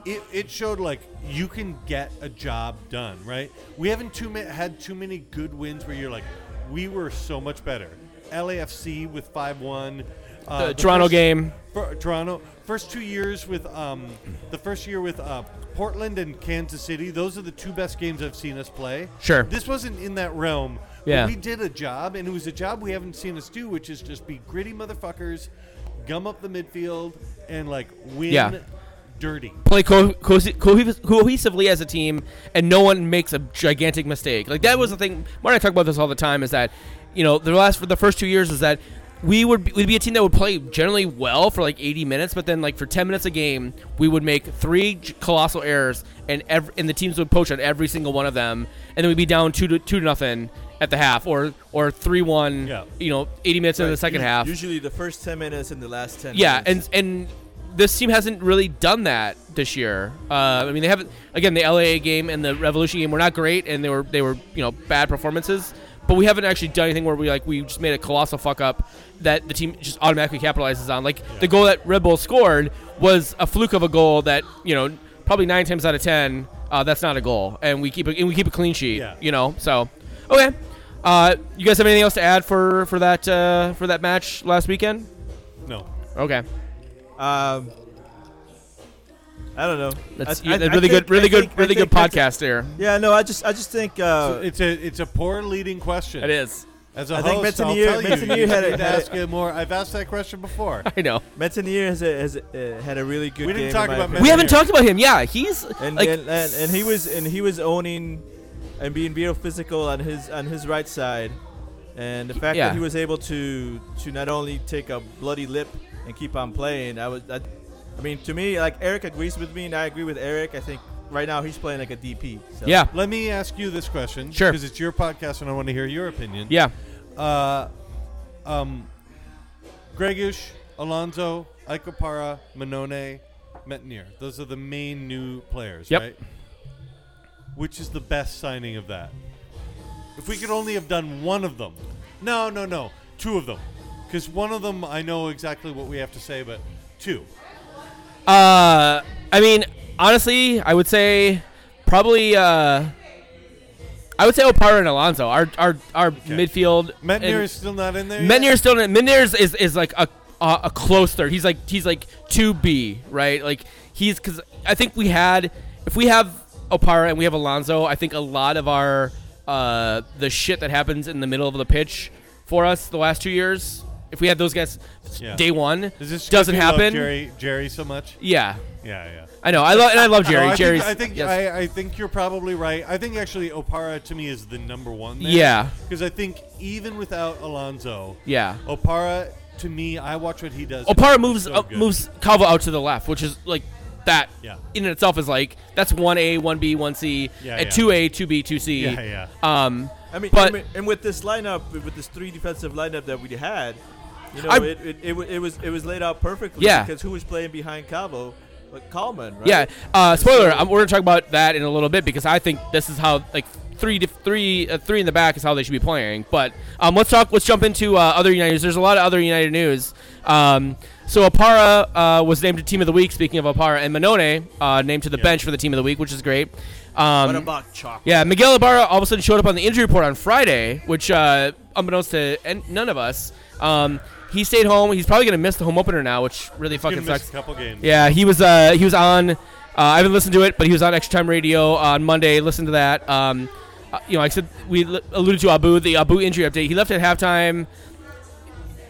B: it, it showed like you can get a job done, right? We haven't too ma- had too many good wins where you're like we were so much better. LAFC with 5-1 uh,
A: The Toronto
B: first-
A: game.
B: fir- Toronto first two years with um, the first year with uh, Portland and Kansas City. Those are the two best games I've seen us play.
A: Sure.
B: This wasn't in that realm. but
A: Yeah.
B: We did a job, and it was a job we haven't seen us do, which is just be gritty motherfuckers, gum up the midfield, and like win
A: Yeah.
B: dirty.
A: Play co- co- cohesively as a team, and no one makes a gigantic mistake. Like that was the thing. Marty and I talk about this all the time. Is that you know the last for the first two years is that we would be, we'd be a team that would play generally well for like 80 minutes, but then like for 10 minutes a game, we would make three j- colossal errors, and ev- and the teams would poach on every single one of them, and then we'd be down two to two to nothing at the half, or or three one.
B: Yeah.
A: You know, 80 minutes into the second
C: Us-
A: half.
C: Usually the first ten minutes and the last ten.
A: Yeah,
C: minutes.
A: and and this team hasn't really done that this year. Uh, I mean, they haven't. Again, the LA game and the Revolution game were not great, and they were they were you know bad performances. But we haven't actually done anything where we like we just made a colossal fuck up that the team just automatically capitalizes on. Like the goal that Red Bull scored was a fluke of a goal that you know probably nine times out of ten uh, that's not a goal, and we keep a, and we keep a clean sheet.
B: Yeah.
A: You know, so okay. Uh, you guys have anything else to add for for that uh, for that match last weekend?
B: No.
A: Okay.
C: Um, I don't know.
A: That's
C: I-
A: yeah,
C: I-
A: that's
C: I
A: really
C: think-
A: good, really
C: I
A: good,
C: think- I
A: really good
C: think that's a-
A: podcast there.
C: Yeah, no, I just, I just think. Uh,
B: it's a it's a poor leading question.
A: It is.
B: As a
C: I think
B: host, I'll
C: Metanier-
B: tell you, you
C: Metanier had
B: need to
C: it- had it-
B: ask it more. I've asked that question before.
A: I know.
C: Metanier has, a, has a, uh, had a really good.
B: We didn't
C: game,
B: talk
C: in my
B: about
C: opinion.
A: We haven't
B: Here.
A: talked about him. Yeah, he's
C: and,
A: like,
C: and, and and he was and he was owning and being real physical on his on his right side, and the fact
A: yeah.
C: that he was able to to not only take a bloody lip and keep on playing, I was I, I mean to me like Eric agrees with me and I agree with Eric. I think right now he's playing like a DP. So.
A: yeah,
B: Let me ask you this question.
A: Sure.
B: Because it's your podcast, and I want to hear your opinion.
A: yeah.
B: Uh, um, Gregush, Alonso, Icopara, Manone, Metnier. Those are the main new players,
A: Yep.
B: right? Which is the best signing of that? If we could only have done one of them. No, no, no. Two of them. Because one of them, I know exactly what we have to say, but two.
A: Uh, I mean, honestly, I would say probably. Uh, I would say Opara and Alonso. Our our our midfield. and-
B: Metnier is still not in there. yet?
A: Menier's still in it. Menier's is is like a a, a close third. He's like he's like two B, right? Like he's because I think we had if we have Opara and we have Alonso, I think a lot of our uh the shit that happens in the middle of the pitch for us the last two years, if we had those guys
B: Yeah.
A: day one,
B: Is this
A: doesn't
B: because you love
A: happen.
B: Jerry, Jerry so much?
A: Yeah,
B: Yeah, yeah.
A: I know. I love and I love Jerry.
B: No, I
A: Jerry's
B: Think, I think
A: yes.
B: I, I think you're probably right. I think actually Opara to me is the number one. There.
A: Yeah.
B: Because I think even without Alonso,
A: yeah.
B: Opara to me, I watch what he does.
A: Opara
B: He's
A: moves
B: so
A: up,
B: good.
A: moves Calvo out to the left, which is like that
B: Yeah.
A: in and itself is like that's one A, one B, one C,
B: Yeah,
A: and
B: yeah.
A: two A, two B, two C.
B: Yeah, yeah.
A: Um,
C: I mean,
A: But-
C: I mean, and with this lineup, with this three defensive lineup that we had, you know,
A: I-
C: it, it, it, wa- it was it was laid out perfectly.
A: Yeah.
C: Because who was playing behind Cabo? But Coleman, right?
A: yeah. Uh, spoiler. Um, we're gonna talk about that in a little bit because I think this is how like three to three, uh, three in the back is how they should be playing. But um, let's talk. Let's jump into uh, other United news. There's a lot of other United news. Um, so Apara uh, was named to team of the week. Speaking of Apara and Manone, uh, named to the bench for the team of the week, which is great. Um,
C: What about Chalk?
A: Yeah, Miguel Ibarra all of a sudden showed up on the injury report on Friday, which, uh, unbeknownst to an- none of us, um, he stayed home. He's probably going to miss the home opener now, which really
B: He's
A: fucking
B: gonna miss
A: sucks.
B: a couple games.
A: Yeah, he was. Uh, he was on. Uh, I haven't listened to it, but he was on Extra Time Radio on Monday. Listen to that. Um, uh, uh, you know, like I said we l- alluded to Abu, the Abu injury update. He left at halftime.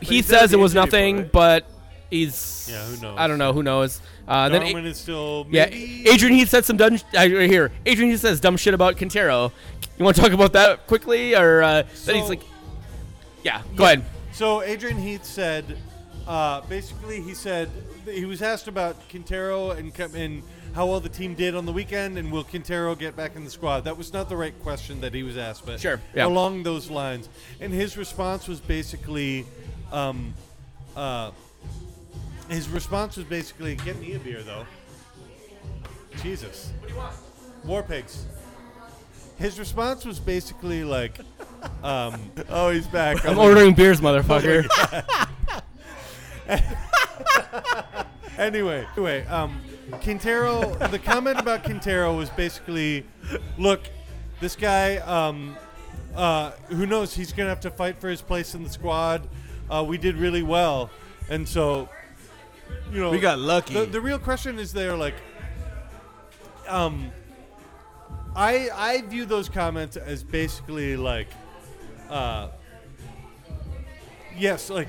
A: He
B: he said
A: says
B: the
A: it was
B: injury
A: nothing,
B: part.
A: but he's
B: Yeah, who knows?
A: I don't know who knows. Uh, then
B: Darwin is still
A: yeah,
B: maybe
A: Adrian Heath said some dumb. Sh- uh, right here, Adrian Heath says dumb shit about Quintero. You want to talk about that quickly, or uh, then he's
B: So-
A: like, yeah, go ahead.
B: So Adrian Heath said, uh, basically, he said he was asked about Quintero and co- and how well the team did on the weekend, and will Quintero get back in the squad? That was not the right question that he was asked, but
A: Sure, yeah.
B: along those lines. And his response was basically, um, uh, his response was basically, get me a beer though. Jesus, what do you want? War pigs. His response was basically like, um,
C: Oh, he's back.
A: I'm ordering beers, motherfucker.
B: anyway, anyway, um, Quintero. the comment about Quintero was basically, look, this guy. Um, uh, who knows? He's gonna have to fight for his place in the squad. Uh, we did really well, and so, you know,
C: We got lucky.
B: The, the real question is, there like, um, I I view those comments as basically like, uh, yes, like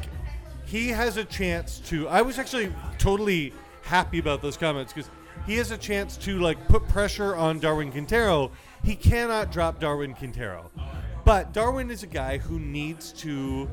B: he has a chance to. I was actually totally happy about those comments because he has a chance to like put pressure on Darwin Quintero. He cannot drop Darwin Quintero, but Darwin is a guy who needs to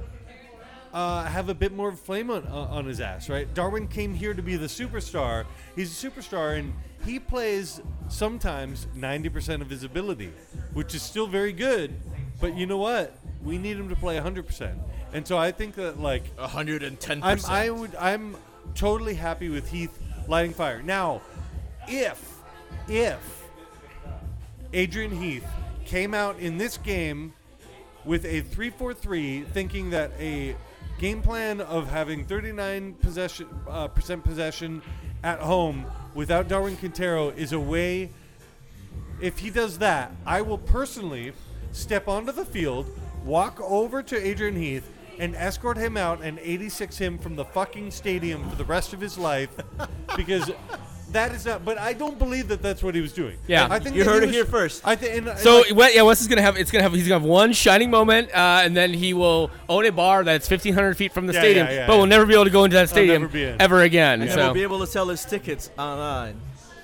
B: uh, have a bit more of a flame on, uh, on his ass, right? Darwin came here to be the superstar. He's a superstar, and he plays sometimes 90% of his ability, which is still very good. But you know what? We need him to play 100%. And so I think that, like,
C: 110.
B: I'm,
C: percent
B: I would, I'm totally happy with Heath lighting fire. Now, if, if Adrian Heath came out in this game with a 3-4-3, thinking that a game plan of having 39 possession uh, percent possession at home without Darwin Quintero is a way. If he does that, I will personally step onto the field, walk over to Adrian Heath, and escort him out and 86 him from the fucking stadium for the rest of his life, because. That is not, but I don't believe that that's what he was doing.
A: Yeah.
B: I think
C: You
B: that
C: heard
B: he
C: it
B: was-
C: here first.
B: I think and-
A: So
B: and like-
A: what- yeah, Wes is gonna have it's gonna have he's gonna have one shining moment, uh, and then he will own a bar that's 1,500 feet from the
B: Yeah,
A: stadium,
B: yeah, yeah,
A: but
B: yeah.
A: will never be able to go into that stadium
B: never be in.
A: ever again.
C: And
A: So
C: we'll be able to sell his tickets online.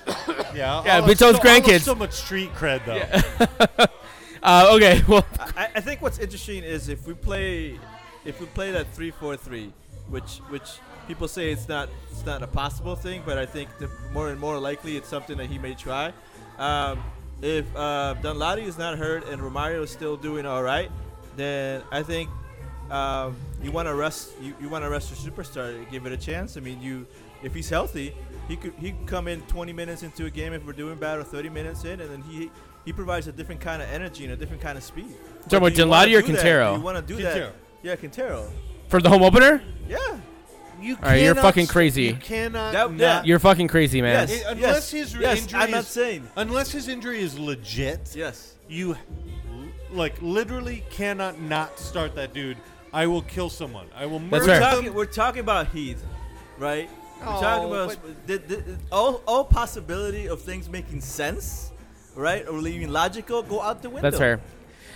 B: yeah,
A: yeah,
B: all of-
A: Beethoven's
B: so- all of
A: grandkids.
B: So much street cred though.
A: uh, okay, well,
C: I, I think what's interesting is if we play, if we play that three four three, which which people say it's not it's not a possible thing, but I think the more and more likely it's something that he may try. Um, if uh, Dunlady is not hurt and Romario is still doing all right, then I think um, you want to rest you, you want to rest your superstar, give it a chance. I mean, you if he's healthy, he could he could come in 20 minutes into a game if we're doing bad or 30 minutes in, and then he. He provides a different kind of energy and a different kind of speed.
A: Talking about
C: But do you wanna
A: Gelati or
C: do that?
A: Quintero?
C: Do You want to do
B: Quintero.
C: that? Yeah, Quintero.
A: for the home opener,
C: Yeah.
B: You
A: All right, you're
B: cannot-
A: fucking crazy.
B: You cannot.
C: That-
B: not-
A: you're fucking crazy, man.
C: Yes.
B: It- unless
C: yes,
B: his
C: yes,
B: injury
C: I'm not
B: is-
C: saying.
B: Unless his injury is legit,
C: Yes.
B: you like literally cannot not start that dude. I will kill someone. I will murder
A: That's
C: We're
A: fair.
C: talking, we're talking about Heath, right? we're talking
B: Oh,
C: about the, the, all, all possibility of things making sense, right? Or leaving logical, go out the window.
A: That's fair.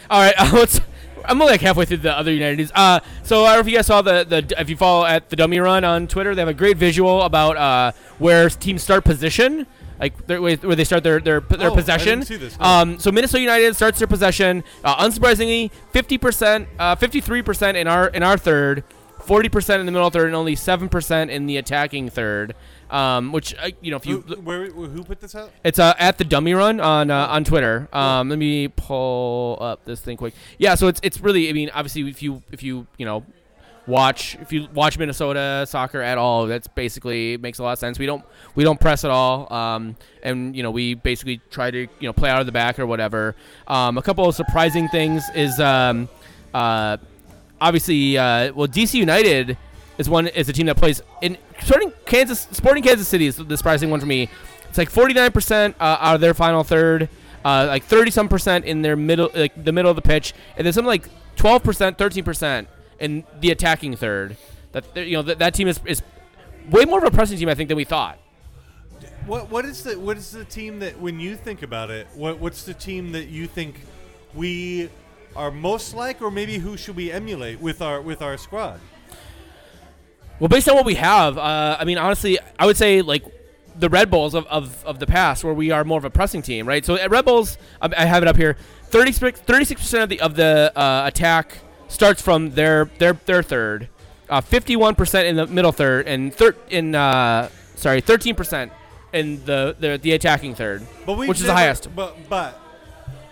A: All right, uh, let's. I'm only like halfway through the other United News. Uh, so I don't know if you guys saw the the if you follow at the Dummy Run on Twitter, they have a great visual about uh, where teams start position, like their, where where they start their their, their
B: Oh, I
A: possession.
B: didn't see this, no.
A: Um, so Minnesota United starts their possession. Uh, unsurprisingly, 50 percent, uh, 53 percent in our in our third, 40 percent in the middle third, and only seven percent in the attacking third. Um, which uh, you know if
B: who,
A: you
B: where, who put this out?
A: it's uh, at the dummy run on uh, on Twitter. Um, let me pull up this thing quick. Yeah, so it's it's really. I mean, obviously, if you if you you know watch if you watch Minnesota soccer at all, that's basically makes a lot of sense. We don't we don't press at all, um, and you know we basically try to you know play out of the back or whatever. Um, a couple of surprising things is um, uh, obviously uh, well DC United is one is a team that plays in starting Kansas Sporting Kansas City is the surprising one for me. It's like 49% uh, out of their final third, uh, like 30 some percent in their middle like the middle of the pitch, and then something like 12%, 13% in the attacking third. That they're- you know that, that team is is way more of a pressing team I think than we thought.
B: What what is the what is the team that when you think about it? What what's the team that you think we are most like, or maybe who should we emulate with our with our squad?
A: Well, based on what we have, uh, I mean, honestly, I would say like the Red Bulls of, of, of the past, where we are more of a pressing team, right? So at Red Bulls, I, I have it up here. 36 percent of the of the uh, attack starts from their their their third, uh, fifty-one percent in the middle third, and thir- in uh, sorry, thirteen percent in the, the the attacking third,
B: But we
A: which is the
B: never-
A: highest.
B: But but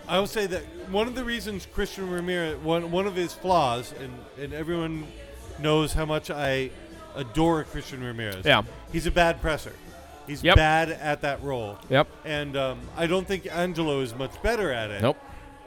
B: I will say that one of the reasons Christian Ramirez one one of his flaws, and and everyone knows how much I adore Christian Ramirez.
A: Yeah.
B: he's a bad presser. He's
A: Yep.
B: bad at that role.
A: Yep.
B: And um, I don't think Angelo is much better at it.
A: Nope.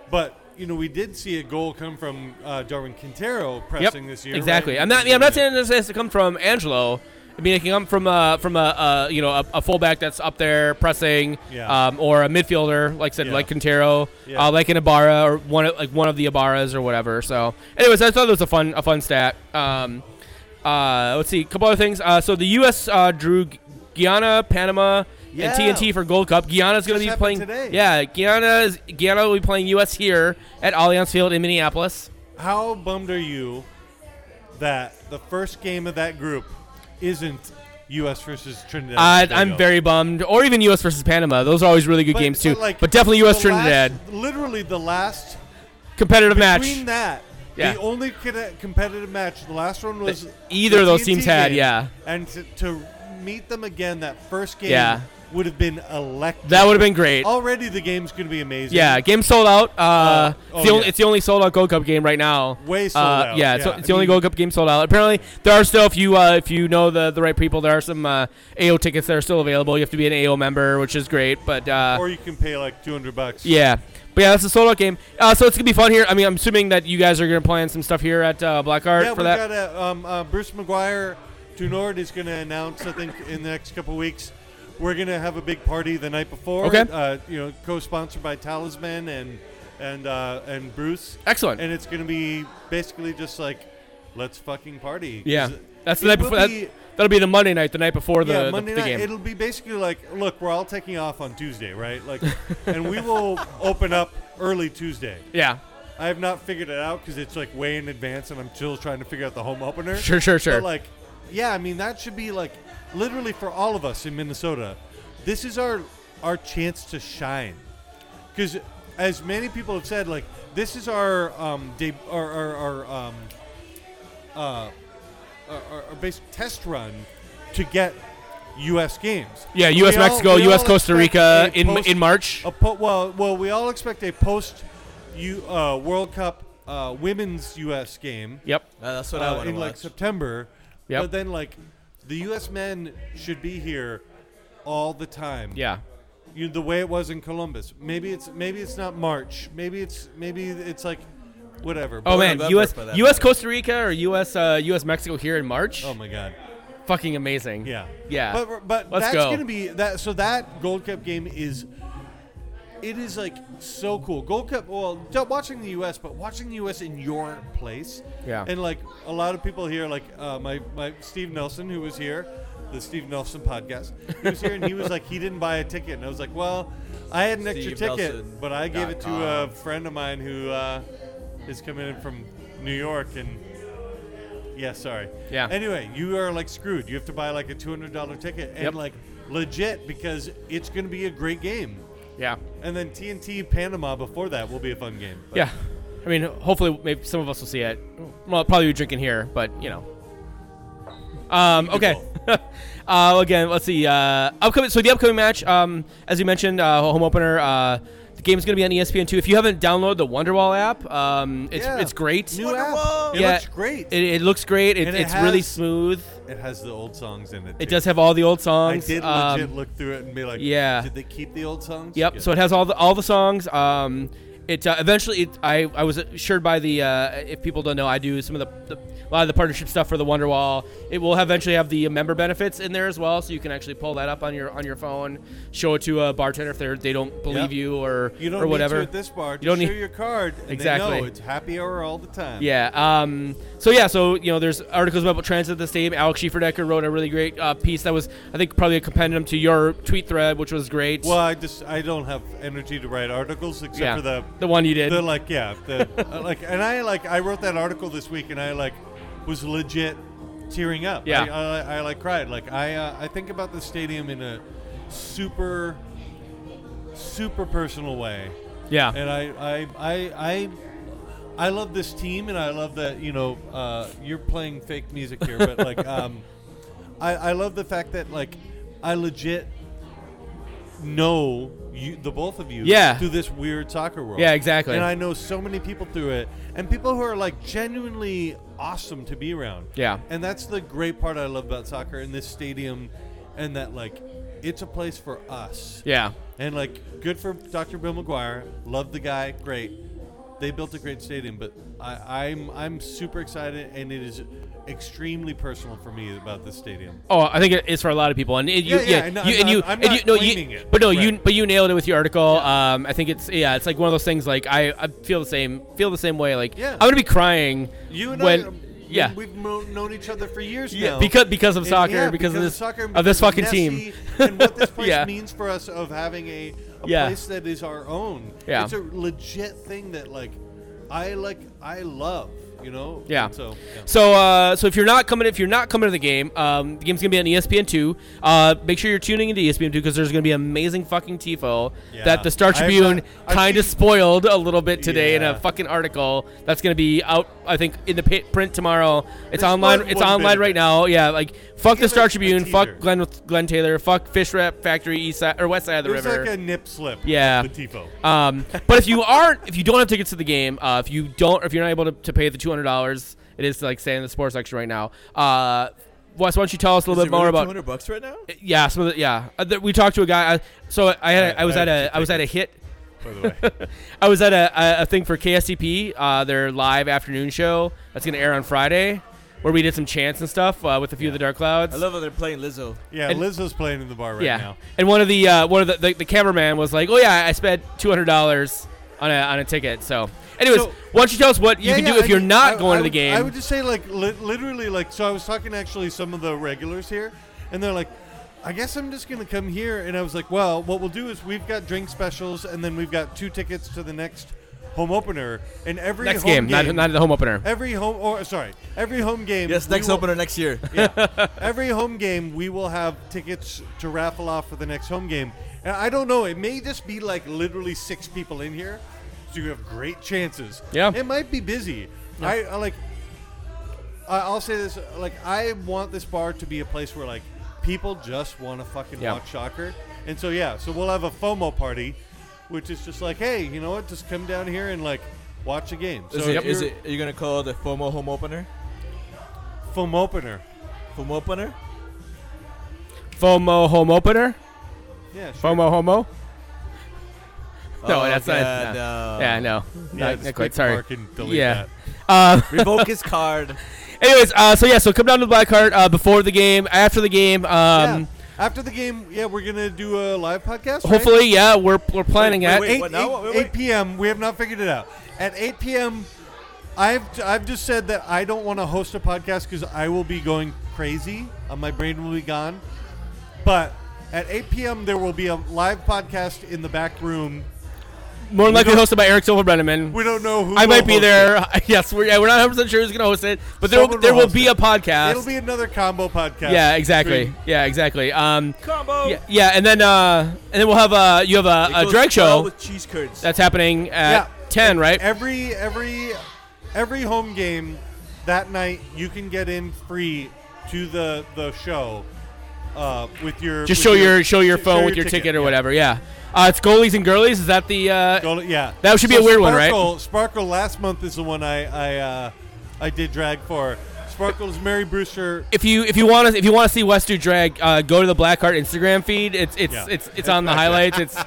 B: But you know, we did see a goal come from uh, Darwin Quintero pressing this year.
A: Exactly.
B: right?
A: I'm not. Yeah, I'm not saying this has to come from Angelo. I mean, it can come from a from a, uh you know a, a fullback that's up there pressing,
B: Yeah.
A: um, or a midfielder like I said
B: Yeah.
A: like Quintero,
B: Yeah.
A: uh, like an Ibarra or one of, like one of the Ibarras or whatever. So, anyways, I thought it was a fun a fun stat. Um, uh, let's see, a couple other things. Uh, so the U.S. Uh, drew Gu- Guyana, Panama,
B: Yeah.
A: and TNT for Gold Cup. Guyana's going
B: Just
A: to be
B: happened
A: playing.
B: today.
A: Yeah, Guyana is Guyana will be playing U.S. here at Allianz Field in Minneapolis.
B: How bummed are you that the first game of that group isn't U.S. versus Trinidad?
A: Uh,
B: and
A: I'm
B: Tobago?
A: very bummed. Or even U.S. versus Panama. Those are always really good
B: But-
A: games too. But,
B: like,
A: definitely U.S.
B: the last-
A: Trinidad
B: literally the last
A: competitive match.
B: between that.
A: Yeah.
B: The only con- competitive match. The last one was
A: either
B: the
A: of those
B: TNT
A: teams had,
B: game,
A: yeah.
B: And to, to meet them again, that first game
A: Yeah.
B: would have been electric.
A: That would have been great.
B: Already, the game's going to be amazing.
A: yeah, game sold out. Uh,
B: oh,
A: it's, the only,
B: yeah.
A: it's the only sold out Gold Cup game right now.
B: Way sold
A: uh,
B: out,
A: Yeah, it's,
B: yeah.
A: it's
B: I
A: the only
B: mean-
A: Gold Cup game sold out. Apparently, there are still if you uh, if you know the the right people, there are some uh, AO tickets that are still available. You have to be an AO member, which is great. But uh,
B: Or you can pay like 200 bucks.
A: Yeah. But yeah, that's a sold out game. Uh, so it's gonna be fun here. I mean, I'm assuming that you guys are gonna plan some stuff here at uh, Black Art
B: Yeah,
A: for
B: we
A: that.
B: got a, um, uh, Bruce McGuire Tunord is going to announce. I think in the next couple weeks, we're going to have a big party the night before.
A: Okay.
B: Uh, you know, co-sponsored by Talisman and and uh, and Bruce,
A: Excellent.
B: and it's going to be basically just like, let's fucking party. 'Cause
A: Yeah,
B: it-
A: that's the
B: it
A: night
B: will
A: before. That,
B: be-
A: that'll be the Monday night, the night before the,
B: yeah,
A: the-
B: Monday
A: the
B: night.
A: game.
B: It'll be basically like, look, we're all taking off on Tuesday, right? Like, and we will open up early Tuesday.
A: yeah,
B: I have not figured it out because it's like way in advance, and I'm still trying to figure out the home opener.
A: Sure, sure, sure.
B: But like, yeah, I mean that should be like literally for all of us in Minnesota. This is our our chance to shine because as many people have said, like this is our um de- our our, our um uh our, our, our basic test run to get. U.S. games.
A: yeah.
B: We
A: U.S.
B: all-
A: Mexico,
B: we
A: U.S.
B: all
A: Costa
B: expect
A: Rica
B: a
A: in
B: post- Oh.
A: in March.
B: a po- well, well, we all expect a post U uh, World Cup uh, women's U.S. game
A: Yep.
C: Uh, that's what I
B: uh,
C: want to
B: in
C: watch.
B: like September.
A: Yep.
B: But then, like, the U.S. men should be here all the time.
A: Yeah.
B: You, the way it was in Columbus. Maybe it's maybe it's not March. Maybe it's maybe it's like whatever.
A: Oh
B: But-
A: man,
C: November
A: U.S.
C: for that
A: U.S.
C: matter.
A: Costa Rica or U.S. Uh, U.S. Mexico here in March.
B: Oh my God.
A: Fucking amazing.
B: Yeah.
A: Yeah.
B: But but
A: Let's
B: that's
A: go.
B: gonna be that. So that Gold Cup game is. It is like so cool. Gold Cup. Well, d- watching the U.S., but watching the U.S. in your place.
A: Yeah.
B: And like a lot of people here, like uh, my my Steve Nelson, who was here, the Steve Nelson podcast. He was here, and he was like, he didn't buy a ticket, and I was like, well, I had an extra
C: Steve
B: ticket,
C: Nelson
B: but I gave it to a
C: dot com.
B: friend of mine who uh, is coming in from New York, and yeah, sorry.
A: Yeah.
B: Anyway, you are like screwed. You have to buy like a two hundred dollar ticket and
A: Yep.
B: like legit because it's going to be a great game.
A: yeah.
B: And then TNT Panama before that will be a fun game. But
A: Yeah. I mean, hopefully, maybe some of us will see it. Well, probably we're drinking here, but you know. Um, okay. uh, again, let's see. Uh, upcoming. So the upcoming match, um, as you mentioned, uh, home opener. Uh, the game's gonna be on ESPN two. If you haven't downloaded the Wonderwall app, um, it's
B: Yeah.
A: it's great.
B: New app.
C: Wonderwall.
B: It
A: Yeah.
B: looks great.
A: It, it looks great. It,
B: And it
A: it's really
B: has-
A: smooth.
B: It has the old songs in it.
A: It
B: too.
A: does have all the old
B: I
A: songs.
B: did
A: um,
B: legit look through it and be like,
A: yeah.
B: Did they keep the old songs?
A: Yep.
B: Good.
A: So it has all the all the songs. Um, it uh, eventually it, I I was assured by the uh, if people don't know I do some of the, the a lot of the partnership stuff for the Wonderwall. It will have- eventually have the member benefits in there as well, so you can actually pull that up on your on your phone, show it to a bartender if they they don't believe
B: Yep.
A: you or
B: you don't
A: or
B: need to
A: whatever.
B: at this bar. Just
A: don't
B: show
A: need-
B: your card. And
A: Exactly.
B: They know it's happy hour all the time.
A: Yeah. Um, so yeah. So you know, there's articles about transit at the stadium. Alex Schieferdecker wrote a really great uh, piece that was, I think, probably a compendium to your tweet thread, which was great.
B: Well, I just I don't have energy to write articles except
A: Yeah.
B: for the
A: The one you did.
B: They're like, yeah, the, uh, like, and I like, I wrote that article this week, and I like, was legit tearing up.
A: Yeah.
B: I, I, I like cried. Like, I, uh, I think about the stadium in a super, super personal way,
A: yeah.
B: and I, I, I, I. I love this team, and I love that you know uh, you're playing fake music here, but like, um, I, I love the fact that like I legit know you, the both of you,
A: Yeah.
B: through this weird soccer world,
A: Yeah, exactly.
B: and I know so many people through it, and people who are like genuinely awesome to be around,
A: Yeah.
B: and that's the great part I love about soccer in this stadium, and that like it's a place for us,
A: yeah.
B: and like, good for Dr. Bill McGuire. Love the guy. Great. They built a great stadium, but I, I'm I'm super excited, and it is extremely personal for me about this stadium.
A: Oh, I think it- it's for a lot of people, and it, you,
B: Yeah,
A: yeah,
B: yeah, and I'm
A: you, and
B: not-
A: you,
B: I'm
A: and you,
B: not
A: no, you,
B: blaming it.
A: but no, you,
B: Right.
A: but you nailed it with your article. Um, I think it's yeah, it's like one of those things. Like I, I feel the same, feel the same way. Like
B: Yeah.
A: I'm gonna be crying
B: You and
A: when,
B: I, um,
A: yeah,
B: we've mo- known each other for years
A: yeah,
B: now.
A: because because of
B: And-
A: soccer,
B: yeah,
A: because, of this
B: soccer, and
A: of this
B: because
A: fucking
B: Messi
A: team.
B: and what this place
A: Yeah.
B: means for us of having a, a
A: Yeah.
B: place that is our own.
A: Yeah.
B: It's a legit thing that like I like I love, you know?
A: Yeah.
B: And So yeah.
A: So, uh, so if you're not coming, if you're not coming to the game, um, the game's gonna be on ESPN two. Uh, make sure you're tuning into ESPN two because there's gonna be amazing fucking tifo
B: Yeah.
A: that the Star
B: I've, uh,
A: Tribune
B: I've
A: kind of
B: seen-
A: spoiled a little bit today in
B: Yeah.
A: a fucking article that's gonna be out. I think in the pa- print tomorrow. It's
B: They
A: online.
B: spoiled
A: It's
B: one bit
A: online
B: of
A: right
B: it.
A: now. Yeah, like fuck the
B: Give
A: Star
B: us a
A: Tribune.
B: teaser.
A: Fuck Glenn Glenn Taylor. Fuck Fish Rep Factory East side, or West Side of the
B: It was
A: River.
B: like a nip slip.
A: Yeah.
B: of The tifo.
A: Um, but if you aren't, if you don't have tickets to the game, uh, if you don't, if you're not able to, to pay the two hundred dollars, it is like saying in the sports section right now. Uh, Wes, why don't you tell us a little bit more about?
C: 200 bucks right now?
A: Yeah, some of the, yeah. Uh, th- we talked to a guy. I, so I had,
B: I-
A: I, was
B: I
A: at
B: have
A: a,
B: two
A: I was at a hit.
B: By
A: Uh,
B: the way.
A: I was at a, a, a thing for KSTP, uh, their live afternoon show that's gonna air on Friday, where we did some chants and stuff uh, with a few of the Dark Clouds.
C: I love how they're playing Lizzo.
B: Yeah,
A: And-
B: Lizzo's playing in the bar right
A: yeah.
B: now.
A: And one of the uh, one of the, the the cameraman was like, "Oh yeah, I spent two hundred dollars on a on a ticket." So, anyways,
B: So-
A: why don't you tell us what you
B: Yeah,
A: can
B: yeah,
A: do if
B: I
A: you're
B: did-
A: not
B: I-
A: going to
B: I
A: the
B: would-
A: game?
B: I would just say, like, li- literally, like, so I was talking to actually some of the regulars here, and they're like, I guess I'm just going to come here. And I was like, well, what we'll do is we've got drink specials, and then we've got two tickets to the next home opener. And every
A: next game,
B: home
A: not not the home opener.
B: every home, or sorry, every home game.
C: Yes,
B: we
C: next
B: will-
C: opener next year.
B: yeah. Every home game, we will have tickets to raffle off for the next home game. And I don't know, it may just be like literally six people in here, so you have great chances.
A: Yeah.
B: It might be busy. I, I like. I- I'll say this: like, I want this bar to be a place where like people just want to fucking
A: Yeah.
B: watch soccer. And so yeah, so we'll have a FOMO party, which is just like, hey, you know what? Just come down here and like watch a game. So
C: Is,
B: if
C: it, is
B: you're-
C: it, are you going to call the FOMO home opener?
B: FOMO opener?
C: Home opener?
A: FOMO home opener,
B: Yeah. Sure.
A: FOMO homo. No,
C: Oh,
A: that's not.
C: God,
A: no.
C: no.
A: Yeah, no,
B: Uh, Yeah,
A: not, not
B: just click
A: quite. Sorry.
B: mark and delete
A: Yeah.
B: that.
A: Uh,
C: Revoke his card.
A: anyways, uh, so yeah, so come down to the Black Heart uh, before the game, after the game. Um,
B: yeah. After the game, yeah, we're gonna do a live podcast. right?
A: Hopefully, yeah, we're, we're planning
C: Wait,
A: at.
C: wait,
B: eight,
C: what now?
B: eight-
C: Wait, wait.
B: 8 p.m. We have not figured it out. At 8 p.m., I've I've just said that I don't want to host a podcast because I will be going crazy. Uh, my brain will be gone. But at 8 p.m., there will be a live podcast in the back room.
A: More than likely
B: don't-
A: hosted by Eric Silverbrenneman.
B: We don't know who.
A: I
B: will
A: might be
B: host
A: there. yes, we're, yeah, we're not 100 percent sure who's gonna host it, but there
B: Someone
A: there
B: will
A: will
B: host
A: be
B: it.
A: a
B: It.
A: podcast.
B: It'll be another combo podcast.
A: uh, yeah, exactly.
B: between-
A: Yeah, exactly. Um,
C: Combo.
A: yeah, yeah, and then uh, and then we'll have a you have
C: It
A: a, a
C: goes
A: drag
C: well
A: show
C: with cheese curds.
A: that's happening at
B: Yeah.
A: 10, right?
B: every every every home game that night you can get in free to the the show uh, with your
A: Just
B: with
A: show your show your
B: sh-
A: phone with your ticket, or whatever. Yeah. Uh, it's goalies and girlies. Is that the? Uh,
B: Go- yeah
A: That should be a weird one, right?
B: Sparkle, Sparkle last month is the one I I uh, I did drag for Sparkle's Mary Brewster
A: if you if you want to if you want to see West do drag, uh, go to the Blackheart Instagram feed. It's it's
B: Yeah.
A: it's it's on the
B: Exactly.
A: highlights. It's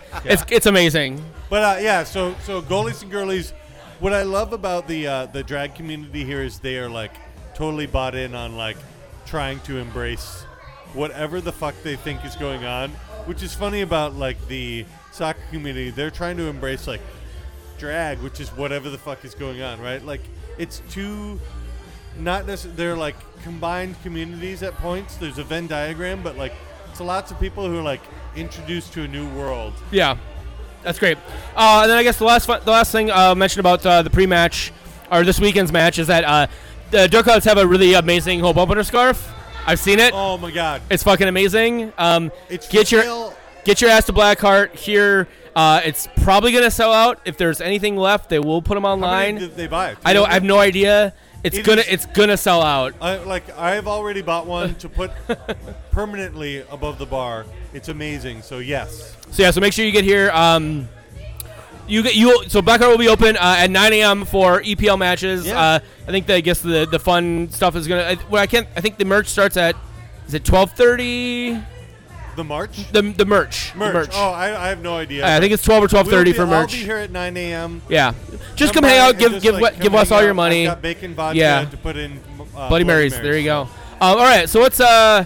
A: it's it's amazing.
B: But uh, yeah, so so goalies and girlies. What I love about the uh, the drag community here is they are like totally bought in on like trying to embrace whatever the fuck they think is going on, which is funny about like the soccer community. They're trying to embrace like drag, which is whatever the fuck is going on, right? Like it's two not necessarily they're like combined communities at points. There's a Venn diagram, but like it's lots of people who are like introduced to a new world
A: Yeah. That's great. Uh, and then I guess the last fu- the last thing uh, mentioned about uh, the pre-match or this weekend's match is that uh, the Dirkouts have a really amazing hole bump scarf. I've seen it.
B: Oh my God!
A: It's fucking amazing. Um,
B: It's for
A: get your
B: sale.
A: get your ass to Blackheart here. Uh, it's probably gonna sell out. If there's anything left, they will put them
B: How many
A: online.
B: did they buy?
A: I don't. I have no idea. It's
B: It
A: gonna.
B: is-
A: It's gonna sell out.
B: I, like I've already bought one to put permanently above the bar. It's amazing. So yes,
A: So yeah. So make sure you get here. Um, you get you. So Blackheart will be open uh, at 9 a.m. for EPL matches.
B: Yeah.
A: Uh, I think that I guess the the fun stuff is gonna. I, well, I can't. I think the merch starts at. Is it 12:30?
B: the March
A: The the merch. The
B: merch.
A: merch.
B: Oh, I, I have no idea.
A: I think it's 12 or
B: We'll
A: 12:30
B: be-
A: for merch.
B: I'll be here at 9 a.m.
A: Yeah. Just
B: Come
A: come hang
B: by
A: out.
B: and
A: Give
B: just,
A: give
B: like,
A: we- give
B: come
A: us
B: hang
A: all
B: out.
A: your money.
B: I've got bacon vodka
A: Yeah.
B: to put in uh,
A: Bloody, Marys. There you go. Um, all right. So what's uh,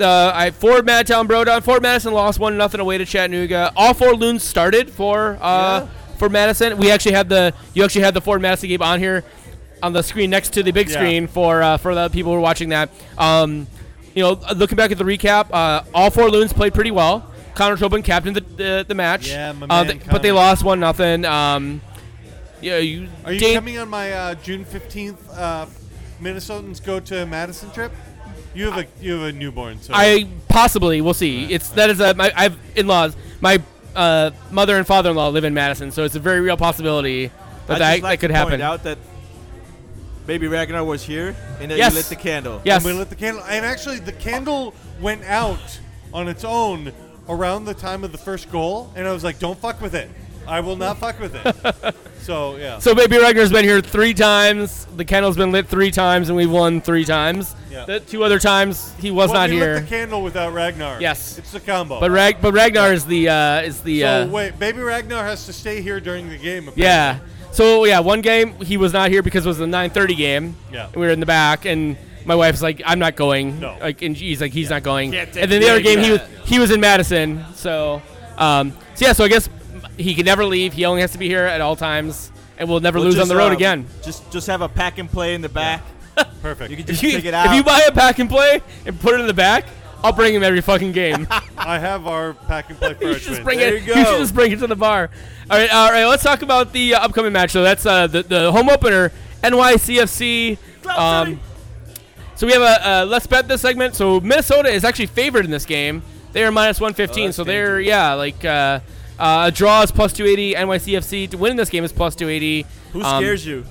A: uh, I Ford Madtown Brodown. Ford Madison lost one nothing away to Chattanooga. All four loons started for uh for Madison. We actually had the you actually had the Ford Madison game on here on the screen next to the big
B: Yeah.
A: screen for uh, for the people who are watching that. Um, you know, looking back at the recap, uh, all four loons played pretty well. Connor Tobin captained the the, the match.
B: Yeah, my
A: uh,
B: man,
A: th- but they
B: Connor.
A: lost one nothing. Um, yeah, you.
B: Are you
A: Dan-
B: coming on my uh, June 15th uh, Minnesotans go to Madison trip? You have a you have a newborn, so
A: I possibly we'll see. It's that is a my I've in laws. My uh, mother and father in law live in Madison, so it's a very real possibility that
C: I'd
A: that,
C: just like
A: that could
C: to
A: happen.
C: Point out that Baby Ragnar was here and that
A: Yes.
C: you lit the candle.
A: yes,
B: And we lit the candle. And actually, the candle went out on its own around the time of the first goal. And I was like, don't fuck with it. I will not fuck with it. so, yeah.
A: so baby Regner's been here three times. The candle's been lit three times, and we've won three times.
B: Yeah.
A: The two other times he was
B: Well,
A: not
B: we
A: here.
B: lit the candle without Ragnar.
A: Yes.
B: It's the combo.
A: but Rag but Ragnar is the uh, is the uh,
B: So, wait, baby Ragnar has to stay here during the game. Apparently.
A: yeah. So yeah, one game he was not here because it was the 9:30 game.
B: Yeah.
A: we were in the back, and my wife's like, "I'm not going."
B: No.
A: Like, and he's like, "He's not going."
C: Can't take
A: And then the
C: the
A: other game, he was
C: idea.
A: he was in Madison. So, um, so yeah. So I guess he can never leave. He only has to be here at all times, and we'll never
C: We'll
A: lose on
C: just,
A: the road
C: um,
A: again.
C: Just just have a pack and play in the back.
B: Perfect.
C: You can
A: If
C: just
A: you,
C: take it out.
A: if you buy a pack and play and put it in the back, I'll bring him every fucking game.
B: I have our pack and play for
A: you
B: our
A: should just
B: twins.
A: bring
C: There
A: it.
C: you
A: You,
C: go.
A: should just bring it to the bar. All right, all right. Let's talk about the uh, upcoming match. So that's uh, the the home opener, NYCFC. Um, so we have a, a let's bet this segment. So Minnesota is actually favored in this game. They are minus one fifteen.
C: Oh, that's
A: so they're yeah like uh, uh, a draw is plus two eighty. NYCFC to win this game is plus two eighty.
C: Who
A: Um,
C: scares you?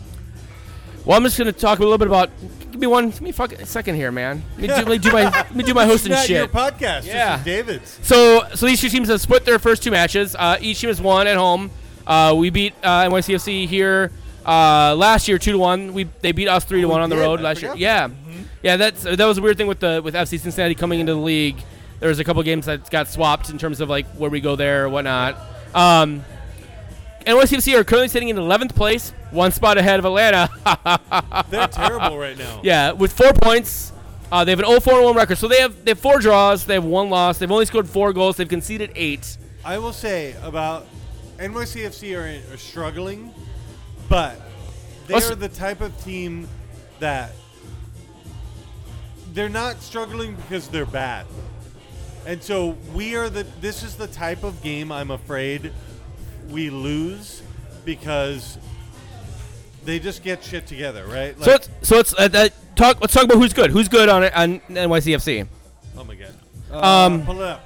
A: Well, I'm just gonna talk a little bit about. Give me one. Give me a fucking second here, man. Let me do, let me do my let me do my
B: This is
A: hosting
B: not
A: shit.
B: your podcast.
A: Yeah.
B: This is David's.
A: So, so these two teams have split their first two matches. Uh, each team has won at home. Uh, we beat uh, NYCFC here uh, last year, two to one. We they beat us three to one on the
B: Oh, did?
A: road
B: I
A: last year.
B: forgot. Mm-hmm.
A: Yeah, yeah. That's that was a weird thing with the with FC Cincinnati coming into the league. There was a couple games that got swapped in terms of like where we go there or whatnot. Um, NYCFC are currently sitting in 11th place, one spot ahead of Atlanta.
B: They're terrible right now.
A: Yeah, with four points. Uh, they have an 0-4-1 record. So they have they have four draws, they have one loss, they've only scored four goals, they've conceded eight.
B: I will say about NYCFC are, are struggling, but they
A: Let's-
B: are the type of team that they're not struggling because they're bad. And so we are the this is the type of game I'm afraid we lose because they just get shit together, right?
A: so it's, so it's uh, that talk. Let's talk about who's good. Who's good on on NYCFC?
B: oh my god.
A: Um,
B: Pull it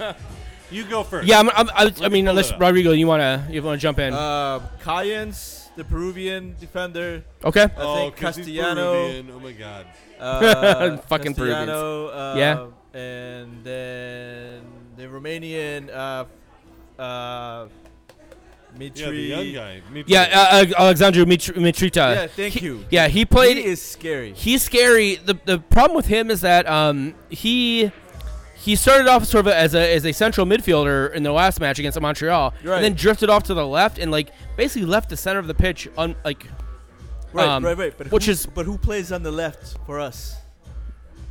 B: up. you go first.
A: yeah, I'm, I'm, I, I
B: me
A: mean,
B: pull
A: unless
B: it up.
A: Rodrigo, you wanna you wanna jump in?
C: Uh, Cayens, the Peruvian defender.
A: okay.
C: I
B: Oh,
C: think
B: 'cause he's
C: Castellano.
B: Peruvian. Oh my god.
C: Uh,
A: Fucking Peruvians.
C: Castellano, uh,
A: Yeah.
C: And then the Romanian uh, uh, Mitri.
B: Yeah, the young guy. Me too.
A: Yeah, uh, uh, Alexandru Mitr- Mitrita.
C: Yeah, thank
A: He-
C: you.
A: Yeah, he
C: He
A: played.
C: is scary.
A: he's scary. The the problem with him is that um he he started off sort of as a as a central midfielder in the last match against Montreal,
C: Right.
A: and then drifted off to the left and like basically left the center of the pitch on like
C: Right,
A: um,
C: right, right. But
A: which
C: who,
A: is-
C: but who plays on the left for us?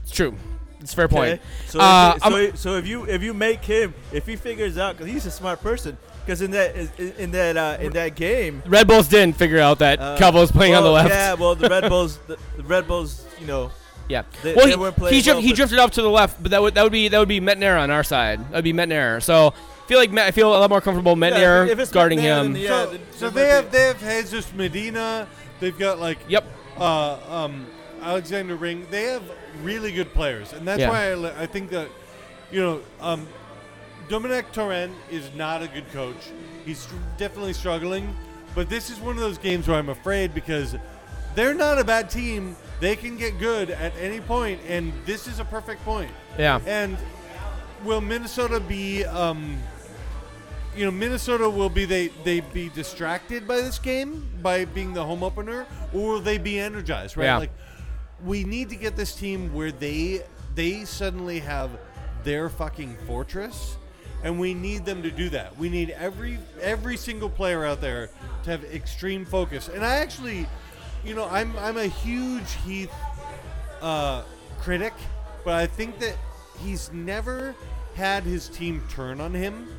A: it's true, it's a fair point.
C: Okay? So,
A: Uh,
C: if,
A: I'm-
C: so, so if you if you make him, if he figures out, because he's a smart person, because in that in- in that uh, in that game,
A: Red Bulls didn't figure out that
C: uh,
A: Cowboys playing on the
C: well,
A: left.
C: Yeah, well, the Red Bulls, the, the Red Bulls, you know,
A: Yeah.
C: They-
A: well,
C: they
A: he-
C: weren't playing
A: he, drif-
C: well,
A: he
C: but-
A: drifted off to the left, but that would that would be that would be Metner on our side. That'd be Metner. So feel like Ma- I feel a lot more comfortable
C: Yeah,
A: Metnair
C: if it's
A: guarding
C: McNair,
A: him.
C: then yeah.
B: so,
C: th-
B: so
C: there
B: they
C: might
B: have
C: be-
B: they have Jesus Medina. They've got like
A: Yep.
B: uh, um, Alexander Ring. They have really good players, and that's
A: Yeah.
B: why I, li- I think that you know um, Dominic Torren is not a good coach. He's str- definitely struggling, but this is one of those games where I'm afraid because they're not a bad team. They can get good at any point, and this is a perfect point.
A: Yeah.
B: And will Minnesota be? Um, you know, Minnesota will be they they be distracted by this game by being the home opener, or will they be energized? Right?
A: Yeah.
B: Like, we need to get this team where they they suddenly have their fucking fortress, and we need them to do that. We need every every single player out there to have extreme focus. And I actually, you know, I'm I'm a huge Heath uh, critic, but I think that he's never had his team turn on him.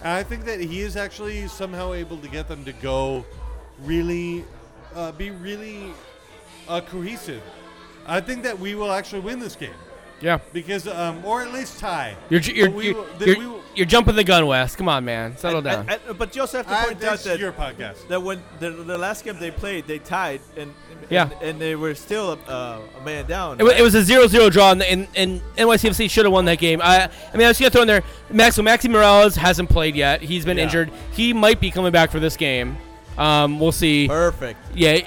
B: And I think that he is actually somehow able to get them to go really, uh, be really uh, cohesive. I think that we will actually win this game
A: Yeah.
B: because, um, or at least tie.
A: You're ju- you're,
B: But we
A: you're,
B: will- that
A: you're,
B: we will-
A: you're jumping the gun, Wes. Come on, man. Settle
C: I-
A: down.
C: I- I- but you also have to
B: I,
C: point out
B: this is
C: that
B: your podcast.
C: that when the, the last game they played, they tied and and,
A: Yeah.
C: and they were still uh, a man down.
A: It, wa- it was a 0-0 draw, and, and, and NYCFC should have won that game. I, I mean, I was gonna throw in there. Max, so Maxi Morales hasn't played yet. He's been
B: Yeah.
A: injured. He might be coming back for this game. Um, we'll see.
C: Perfect.
A: Yeah,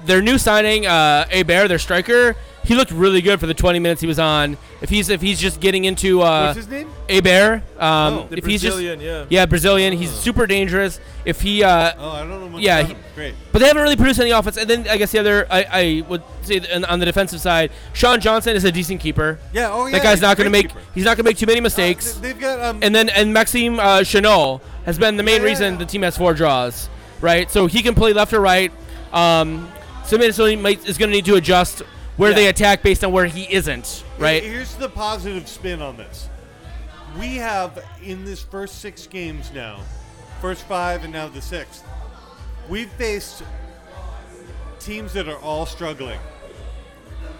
A: uh, their new signing, uh, Bear, their striker, he looked really good for the 20 minutes he was on. If he's if he's just getting into uh,
B: What's his name?
A: Bear, um,
B: Oh.
C: The
A: if he's just
C: Brazilian, yeah.
A: yeah Brazilian, he's super dangerous. If he uh,
B: Oh, I don't know much
A: yeah,
B: about
A: he-
B: him. Great.
A: but they haven't really produced any offense. And then I guess the other I, I would say that on- on the defensive side, Sean Johnson is a decent keeper.
B: Yeah. Oh, yeah.
A: that guy's
B: he's
A: not
B: a
A: going to
B: great
A: make
B: keeper.
A: he's not going to make too many
B: Uh,
A: mistakes.
B: they- they've got um,
A: and then and Maxime uh, Chanel has been the main
B: Yeah, yeah,
A: reason
B: yeah.
A: the team has four draws, right? So he can play left or right. Um, so Minnesota might, is going to need to adjust where
B: Yeah.
A: they attack based on where he isn't, right?
B: Here's the positive spin on this. We have in this first six games now, first five and now the sixth, we've faced teams that are all struggling,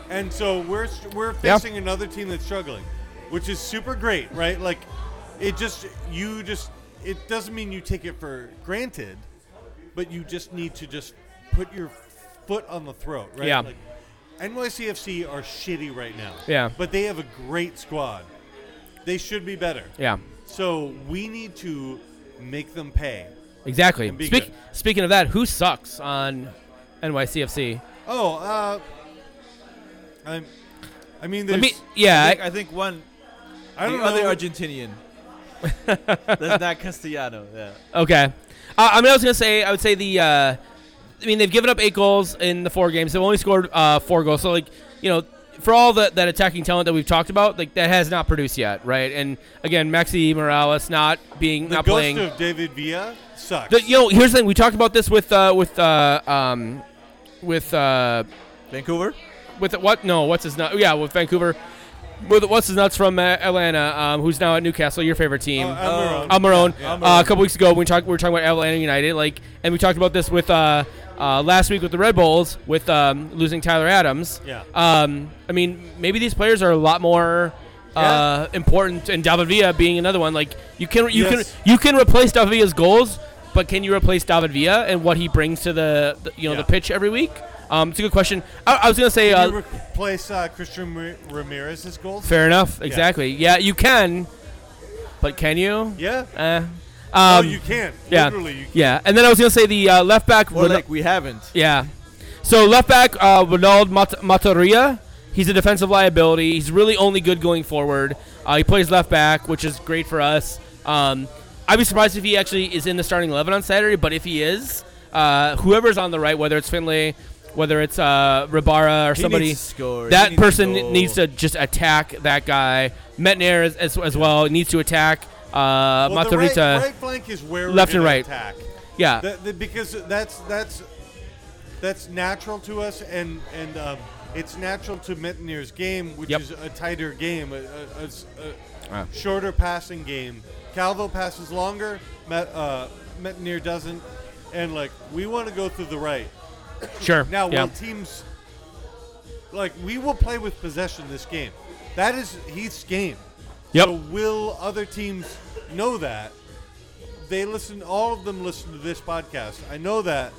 B: and so we're we're
A: Yeah.
B: facing another team that's struggling, which is super great, right? Like, it just you just it doesn't mean you take it for granted, but you just need to just put your foot on the throat, right?
A: Yeah.
B: Like, NYCFC are shitty right now.
A: Yeah.
B: But they have a great squad. They should be better.
A: Yeah,
B: So we need to make them pay.
A: exactly.
B: And be
A: Speak,
B: good.
A: speaking of that, who sucks on NYCFC?
B: Oh, uh, I'm, I mean,
A: Let
B: there's,
A: me,
C: I
A: yeah,
C: think, I think one
B: I don't know.
C: the other Argentinian. That's not Castellano. Yeah.
A: I- okay. Uh, I mean, I was going to say, I would say the. Uh, I mean, they've given up eight goals in the four games. They've only scored uh, four goals. So, like, you know, for all the, that attacking talent that we've talked about, like that has not produced yet, right? And again, Maxi Morales not being
B: the
A: not
B: ghost
A: playing.
B: of David Villa sucks.
A: The, you know, here's the thing. We talked about this with uh, with uh, um, with uh,
C: Vancouver.
A: with what? No, what's his nut? Yeah, with Vancouver. With what's his nuts from uh, Atlanta, um, who's now at Newcastle, your favorite
B: Oh,
A: team.
B: Almiron.
A: Almiron.
B: Yeah.
A: Uh, a couple weeks ago, we talked we were talking about Atlanta United, like, and we talked about this with uh, uh, last week with the Red Bulls, with um, losing Tyler Adams.
B: Yeah.
A: Um, I mean, maybe these players are a lot more uh, important, and David Villa being another one. Like, you can you
B: Yes.
A: can you can replace David Villa's goals, but can you replace David Villa and what he brings to the, the you know
B: Yeah.
A: the pitch every week? Um, it's a good question. I, I was gonna say. Uh,
B: you replace uh, Christian Ra- Ramirez's goals?
A: Fair enough. Exactly. Yeah, you can, but can you?
B: Yeah.
A: Eh. Um,
B: oh, you can.
A: yeah.
B: Literally, you can.
A: yeah, and then I was gonna say the uh, left back.
C: Or
A: Rena-
C: like we haven't.
A: yeah, so left back uh, Ronald Mat- Mataria. He's a defensive liability. He's really only good going forward. Uh, he plays left back, which is great for us. Um, I'd be surprised if he actually is in the starting eleven on Saturday, but if he is, uh, whoever's on the right, whether it's Finlay, whether it's uh, Ribara or
C: He
A: somebody,
C: needs to score.
A: that
C: He needs
A: person
C: to
A: needs to just attack that guy. Metnair as, as, as well needs to attack uh,
B: Well, the
A: Matarita.
B: right, right flank is where
A: Left
B: we're
A: and
B: gonna
A: right.
B: attack.
A: Yeah,
B: That, that- because that's that's that's natural to us, and and um, it's natural to Mountaineers' game, which
A: Yep.
B: is a tighter game, a, a- a s- a
A: Ah.
B: shorter passing game. Calvo passes longer, Met, uh, Mountaineer doesn't, and like we want to go through the right.
A: sure.
B: Now,
A: yeah.
B: will teams like we will play with possession this game? That is Heath's game.
A: Yep.
B: So will other teams know that. They listen. All of them listen to this podcast. I know that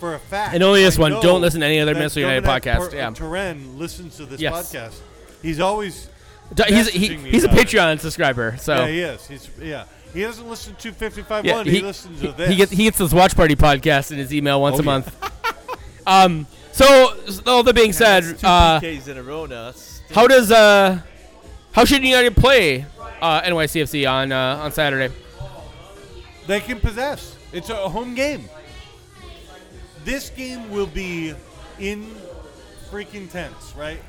B: for a fact.
A: And only this
B: I
A: one.
B: know
A: Don't listen to any other
B: that
A: Minnesota United
B: Dominic
A: podcast.
B: Per-
A: Yeah.
B: Turen listens to this
A: Yes.
B: podcast. He's always
A: D- He's he,
B: messaging me
A: he's a
B: about it.
A: Patreon subscriber, so
B: yeah. He is. He's yeah. He doesn't listen to 55
A: Oh. Yeah,
B: one. He, listens to
A: he-
B: this.
A: He gets he gets his watch party podcast in his email once
B: Oh,
A: a
B: yeah.
A: month. um. So, s- all that being said,
C: That's two
A: uh,
C: PKs in a row now. That's
A: how does uh, how should United play uh, NYCFC on uh, on Saturday?
B: they can possess. It's a home game. This game will be in freaking tense, right?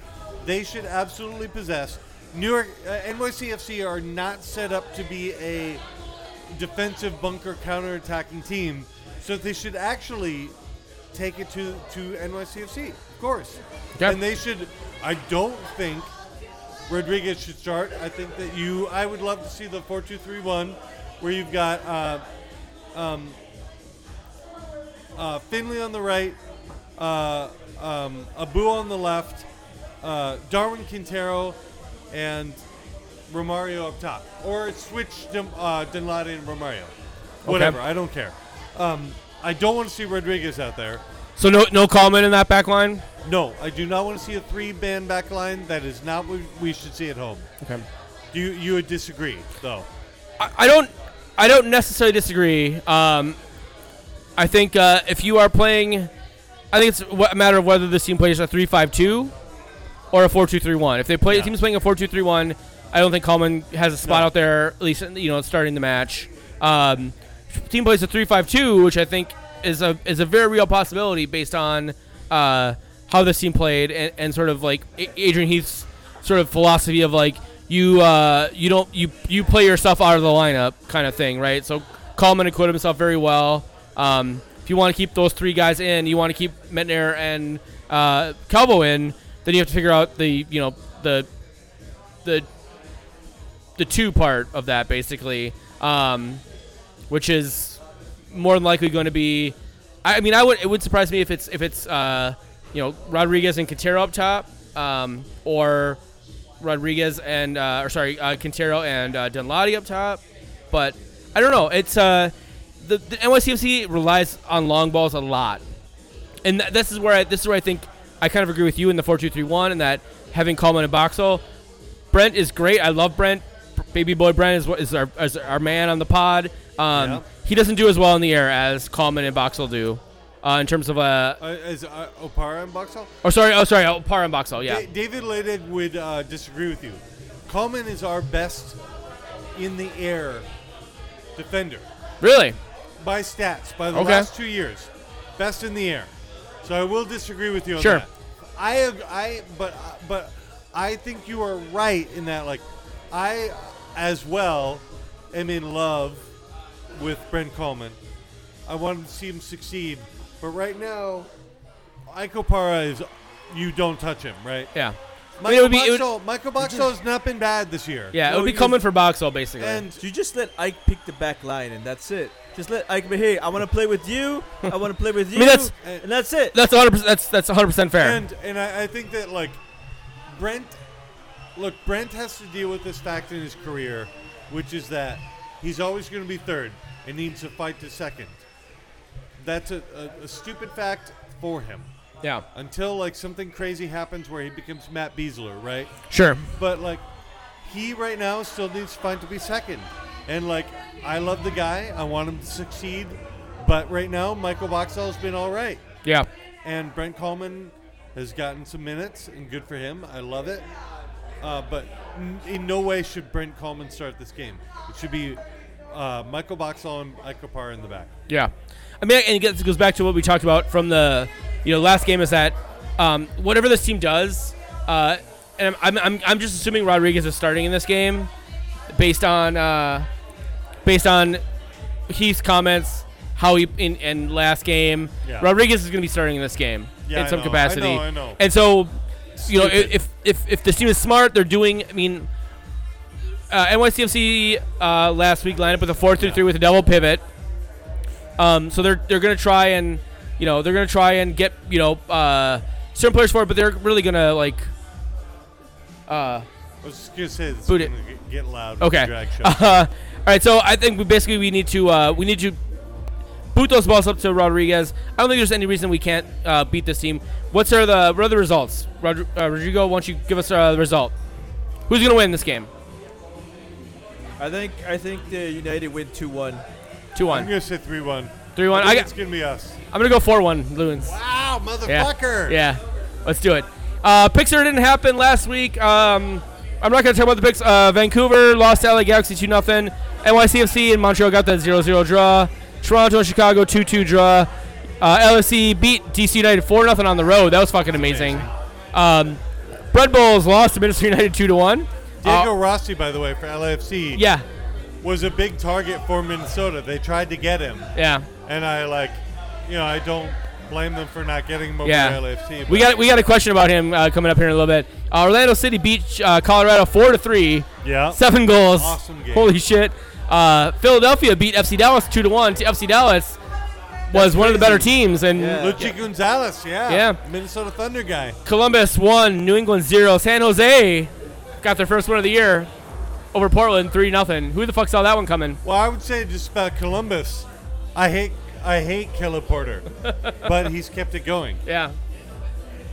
B: They should absolutely possess. New York uh, NYCFC are not set up to be a defensive bunker counterattacking team, so they should actually take it to to NYCFC, of course.
A: Yeah.
B: And they should. I don't think Rodriguez should start. I think that you. I would love to see the four-two-three-one, where you've got uh, um, uh, Finley on the right, uh, um, Abu on the left, uh, Darwin Quintero, and Romario up top, or switch Dem- uh, Denlade and Romario. Whatever. I don't care. Um, I don't want to see Rodriguez out there.
A: So no no comment in that back line.
B: No, I do not want to see a three-man back line. That is not what we should see at home.
A: Okay.
B: Do you you would disagree though?
A: I, I don't I don't necessarily disagree. Um, I think uh, if you are playing, I think it's wh- a matter of whether this team plays a three-five-two or a four-two-three-one. If they play,
B: Yeah.
A: the team's playing a four-two-three-one. I don't think Coleman has a spot
B: No.
A: out there, at least you know, starting the match. Um, team plays a three-five-two, which I think is a is a very real possibility based on uh, how this team played and, and sort of like A- Adrian Heath's sort of philosophy of like you uh, you don't you you play yourself out of the lineup kind of thing, right? So Coleman acquitted himself very well. Um, if you want to keep those three guys in, you want to keep Metner and uh, Calvo in, then you have to figure out the you know the the the two part of that basically, um, which is more than likely going to be. I I mean, I would it would surprise me if it's if it's uh, you know Rodriguez and Quintero up top, um, or Rodriguez and uh, or sorry uh, Quintero and uh, Dunlady up top, but I don't know. It's uh, the, the NYCFC relies on long balls a lot, and th- this is where I, this is where I think I kind of agree with you in the four two three one and that having Coleman and Boxall Brent is great. I love Brent. Baby boy Brent is what is our is our man on the pod. Um,
B: Yeah.
A: He doesn't do as well in the air as Coleman and Boxall do, uh, in terms of uh,
B: Uh, is uh, Opara and Boxall?
A: or sorry, oh sorry, oh, Parr and Boxall. Yeah,
B: Da- David Leydig would uh, disagree with you. Coleman is our best in the air defender
A: really.
B: by stats by the
A: Okay.
B: last two years, best in the air. So I will disagree with you on
A: Sure.
B: that. I ag- I but uh, but I think you are right in that like I as well am in love with Brent Coleman. I want to see him succeed, but right now, Ike Opara is you don't touch him, right?
A: Yeah, I mean, it
B: Michael
A: would be- it would-
B: Boxall, Michael Boxall has not been bad this year.
A: yeah, it
C: No,
A: would be
C: you-
A: Coleman for Boxall basically.
B: And
C: You just let Ike pick the back line, and that's it. Just let Ike be. Hey, I want to play with you. I want to play with you.
A: mean, that's-
C: and that's it.
A: that's 100. percent That's that's 100 percent fair.
B: And and I, I think that like Brent, look, Brent has to deal with this fact in his career, which is that he's always going to be third and needs to fight to second. That's a, a, a stupid fact for him
A: yeah,
B: until like something crazy happens where he becomes Matt Beasler, right?
A: sure.
B: But like, he right now still needs to fight to be second. And like, I love the guy. I want him to succeed. But right now, Michael Boxall's been all right.
A: Yeah,
B: And Brent Coleman has gotten some minutes, and good for him. I love it. Uh, but n- in no way should Brent Coleman start this game. It should be uh, Michael Boxall and Ike Kapar in the back.
A: yeah. I mean, and it gets- goes back to what we talked about from the you know last game is that um, whatever this team does, uh, and I'm, I'm I'm I'm just assuming Rodriguez is starting in this game. based on uh, based on Heath's comments, how he in, in last game.
B: Yeah.
A: Rodriguez is going to be starting in this game
B: Yeah,
A: in
B: I
A: some
B: know. I
A: capacity.
B: know, I know.
A: And so, you know, i-
B: Stupid.
A: if if if this team is smart, they're doing. I mean, uh, NYCFC uh, last week lined up with a four three three with a double pivot. Um, so they're they're going to try and you know they're going to try and get you know uh, certain players forward, but they're really going to like. Uh,
B: I was just gonna say this
A: Boot
B: is
A: it.
B: gonna get- get loud. with the
A: Okay.
B: Drag show.
A: Uh, all right. So I think we basically we need to uh, we need to boot those balls up to Rodriguez. I don't think there's any reason we can't uh, beat this team. What's are the what are the results? Rodri- uh, Rodrigo, why don't you give us uh, the result? Who's gonna win this game?
C: I think I think the United win two one.
A: Two one,
B: I'm gonna say three one.
A: three one.
B: I
A: I
B: think
A: got,
B: it's gonna be us.
A: I'm gonna go four one, Loons.
B: Wow,
A: Yeah.
B: motherfucker!
A: Yeah. Let's do it. Uh, Pixar didn't happen last week. Um, I'm not going to talk about the picks. Uh, Vancouver lost to LA Galaxy 2 0. NYCFC and Montreal got that 0 0 draw. Toronto and Chicago 2 2 draw. Uh, LSC beat DC United 4 0 on the road. That was fucking amazing. Um, Bread Bulls lost to Minnesota United 2 1.
B: Diego Rossi, by the way, for LAFC,
A: Uh, yeah.
B: was a big target for Minnesota. They tried to get him,
A: Yeah.
B: and I like, you know, I don't blame them for not getting him over
A: Yeah.
B: LAFC.
A: We
B: but-
A: got we got a question about him uh, coming up here in a little bit. Uh, Orlando City beat uh, Colorado 4 to 3.
B: yeah.
A: Seven goals.
B: Awesome game.
A: Holy shit. Uh, Philadelphia beat FC Dallas 2 to 1. T- FC Dallas was one of the better teams, and
B: Luchi Gonzalez, yeah.
A: Yeah.
B: Minnesota Thunder guy.
A: Columbus won, New England 0. San Jose got their first win of the year over Portland 3 nothing. Who the fuck saw that one coming?
B: Well, I would say just about Columbus. I hate I hate Kelly Porter, but he's kept it going.
A: Yeah.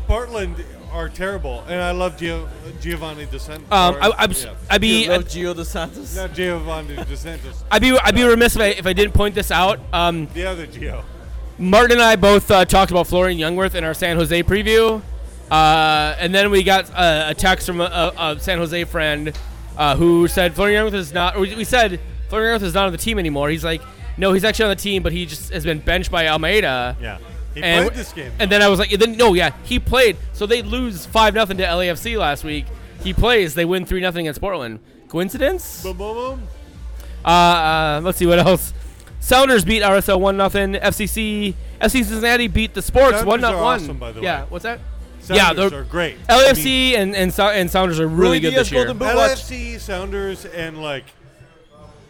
B: Portland are terrible, and I love Gio, Giovanni DeSantis.
A: Um, I, I'd, s- I'd be.
C: You love Gio Dos Santos.
B: Not Giovanni DeSantis.
A: I'd be, I'd be remiss if I, if I didn't point this out. Um,
B: The other Gio.
A: Martin and I both uh, talked about Florian Youngworth in our San Jose preview, uh, and then we got uh, a text from a, a, a San Jose friend uh, who said Florian Youngworth is not. Or we we said Florian Youngworth is not on the team anymore. He's like, no, he's actually on the team, but he just has been benched by Almeida.
B: Yeah. He
A: And,
B: played this game.
A: and then I was like, then no, yeah, he played. So they lose five nothing to LAFC last week. He plays. They win three nothing against Portland. Coincidence?
B: boom, boom, boom.
A: Uh, uh, let's see what else. Sounders beat RSL one nothing. FCC FC Cincinnati beat the Sports
B: Sounders
A: one
B: are
A: not one.
B: awesome, by the
A: yeah,
B: way.
A: what's that? yeah,
B: Sounders
A: they're-
B: are great.
A: LAFC and and, Sou- and Sounders are really
C: Rui
A: good
C: Diaz
A: this year.
C: Golden Boot watch.
B: LFC, Sounders, and like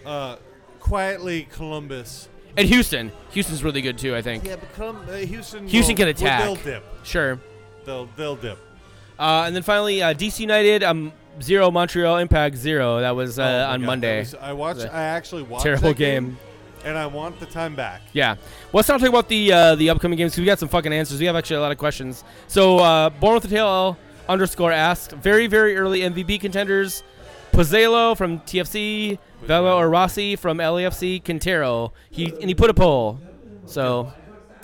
B: uh, quietly Columbus.
A: And Houston, Houston's really good too. I think.
B: Yeah, but Colum- uh, Houston.
A: Houston
B: will-
A: can attack.
B: They'll dip.
A: Sure.
B: They'll they'll dip.
A: Uh, and then finally, uh, DC United um zero Montreal Impact zero. That was uh,
B: Oh my
A: on
B: God,
A: Monday.
B: that was- I watched.
A: The
B: I actually watched.
A: terrible
B: that game,
A: game.
B: and I want the time back.
A: Yeah. Well, let's not talk about the uh, the upcoming games 'cause we got some fucking answers. We have actually a lot of questions. So, uh, Born with a Tail L underscore asked very, very early MVB contenders Pozzelo from TFC, Vela or Rossi from LAFC, Quintero. He And he put a poll. So,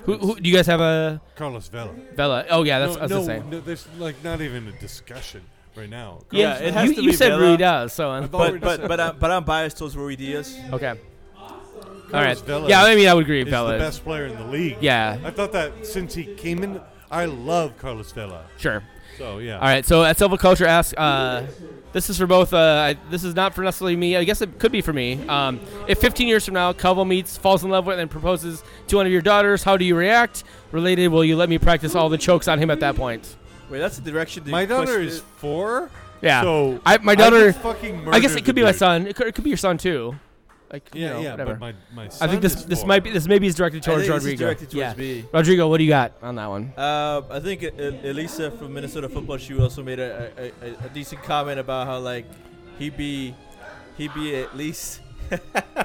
A: who, who do you guys have a
B: Carlos Vela.
A: Vela? Oh, yeah, that's
B: no,
A: I was
B: no,
A: the same.
B: no, there's like not even a discussion right now.
A: Yeah,
C: it has
A: you,
C: to
A: you
C: be
A: said
C: Vela.
A: Rui Diaz, so. uh,
B: I've already
C: But but
B: said
C: but I'm, but I'm biased towards Rui Diaz.
A: Okay. All right.
B: Vela
A: Yeah, I mean, I would agree.
B: he's
A: Vela.
B: the
A: is-
B: best player in the league.
A: Yeah,
B: I thought that since he came in, I love Carlos Vela.
A: sure.
B: So yeah.
A: All right, so at Silva Culture asks, uh, this is for both. Uh, I, this is not for necessarily me. I guess it could be for me. Um, if 15 years from now, Calvo meets, falls in love with, and proposes to one of your daughters, how do you react? Related, will you let me practice all the chokes on him at that point?
C: Wait, that's the direction. The
B: My daughter
C: question
B: is four.
A: Yeah.
B: So
A: I, my
B: I
A: daughter.
B: just fucking
A: I, guess it could
B: murdered the
A: be my
B: dude.
A: son. It could, it could be your son too. Like you
B: Yeah,
A: know,
B: yeah.
A: whatever.
B: But my my son
A: I think this
B: is
A: this
B: four.
A: might be this maybe is directed
C: I
A: towards
C: think this is
A: Rodrigo.
C: directed towards
A: yeah.
C: me.
A: Rodrigo, what do you got on that one?
C: Uh, I think E- E- Elisa from Minnesota football. She also made a, a, a, a decent comment about how like he be he be at least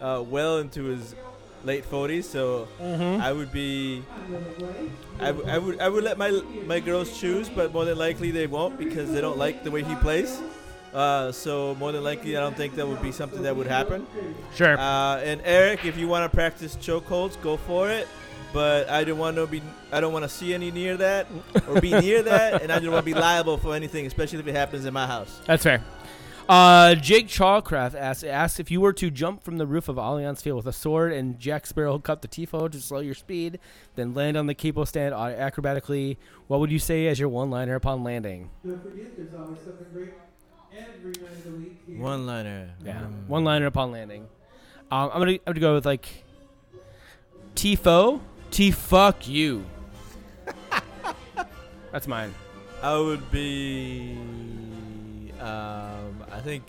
C: uh, well into his late forties. So I would be I, w- I would I would let my my girls choose, but more than likely they won't because they don't like the way he plays. Uh, so more than likely, I don't think that would be something that would happen.
A: Sure.
C: Uh, and Eric, if you want to practice chokeholds, go for it. But I don't want to be, I don't want to see any near that or be near that, and I don't want to be liable for anything, especially if it happens in my house.
A: That's fair. Uh, Jake Chawcraft asks, asks if you were to jump from the roof of Allianz Field with a sword and Jack Sparrow cut the tifo to slow your speed, then land on the capo stand au- acrobatically, what would you say as your one-liner upon landing?
C: One liner.
A: Yeah, one-liner upon landing. Um, I'm gonna I'm gonna go with like tifo, t fuck you. That's mine.
C: I would be. Um, I think.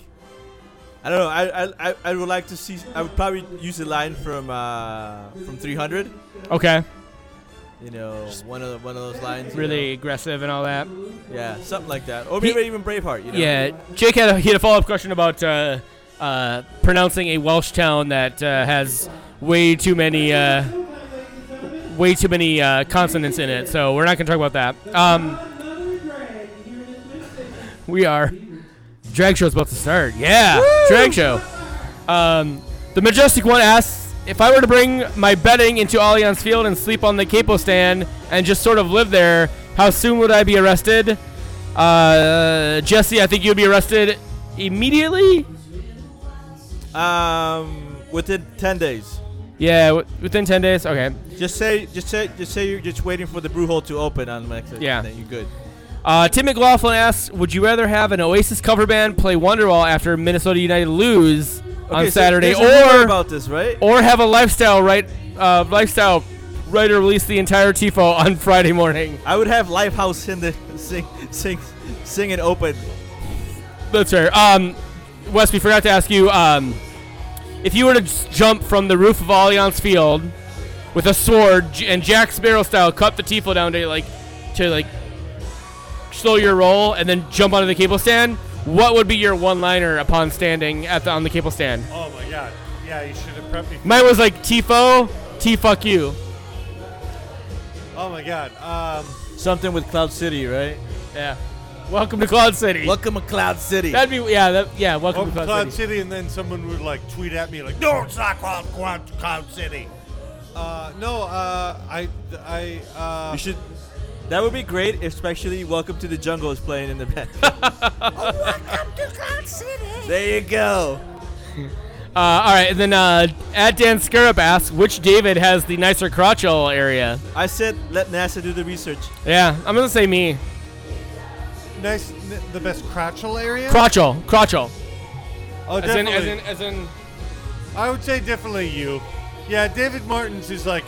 C: I don't know. I, I- I I would like to see. I would probably use a line from uh, from 300.
A: Okay.
C: you know, one of the, one of those lines. you
A: Really aggressive and all that.
C: know. yeah, something like that. Or
A: He-
C: maybe even Braveheart. You know?
A: Yeah, Jake had a, he had a follow up question about uh, uh, pronouncing a Welsh town that uh, has way too many uh, way too many uh, consonants in it. So we're not going to talk about that. Um, we are drag show's about to start. Yeah, drag show. Um, the majestic one asks if I were to bring my bedding into Allianz Field and sleep on the capo stand and just sort of live there. How soon would I be arrested? Uh, Jesse, I think you'd be arrested immediately.
C: Um, within ten days.
A: Yeah, w- within 10 days. Okay.
C: Just say, just say, just say you're just waiting for the brew hole to open on Mexico.
A: Yeah.
C: then you're good.
A: Uh, Tim McLaughlin asks, would you rather have an Oasis cover band play Wonderwall after Minnesota United lose
C: Okay,
A: on
C: so
A: Saturday,
C: there's a rumor
A: or
C: about this, right?
A: or have a lifestyle right uh, lifestyle writer release the entire tifo on Friday morning?
C: I would have Lifehouse sing the sing sing sing it open.
A: That's fair. Um, Wes, we forgot to ask you um, if you were to s- jump from the roof of Allianz Field with a sword j- and Jack Sparrow style, cut the tifo down to like to like slow your roll and then jump onto the cable stand. What would be your one-liner upon standing at the, on the cable stand?
F: Oh my god. Yeah, you should have prepped me.
A: Mine was like tifo, t fuck you.
F: Oh my god. Um,
C: Something with Cloud City, right?
A: Yeah. Welcome to Cloud City.
C: Welcome to Cloud City.
A: That'd be yeah. That, yeah. Welcome
F: oh,
A: to Cloud,
F: Cloud
A: City.
F: City, and then someone would like tweet at me like, "No, it's not Cloud Cloud, Cloud City."
B: Uh, no, uh, I, I, uh,
C: you should. That would be great, especially Welcome to the Jungle is playing in the back. There you go.
A: Uh, all right, and then uh, at Dan Scarab asks, which David has the nicer crotch hole area?
C: I said let NASA do the research.
A: Yeah, I'm gonna say me.
F: Nice, n- the best crotchel area.
A: Crotch hole, crotch hole.
F: oh,
A: As in,
F: definitely.
A: as in, as in.
F: I would say definitely you. Yeah, David Martin's is like,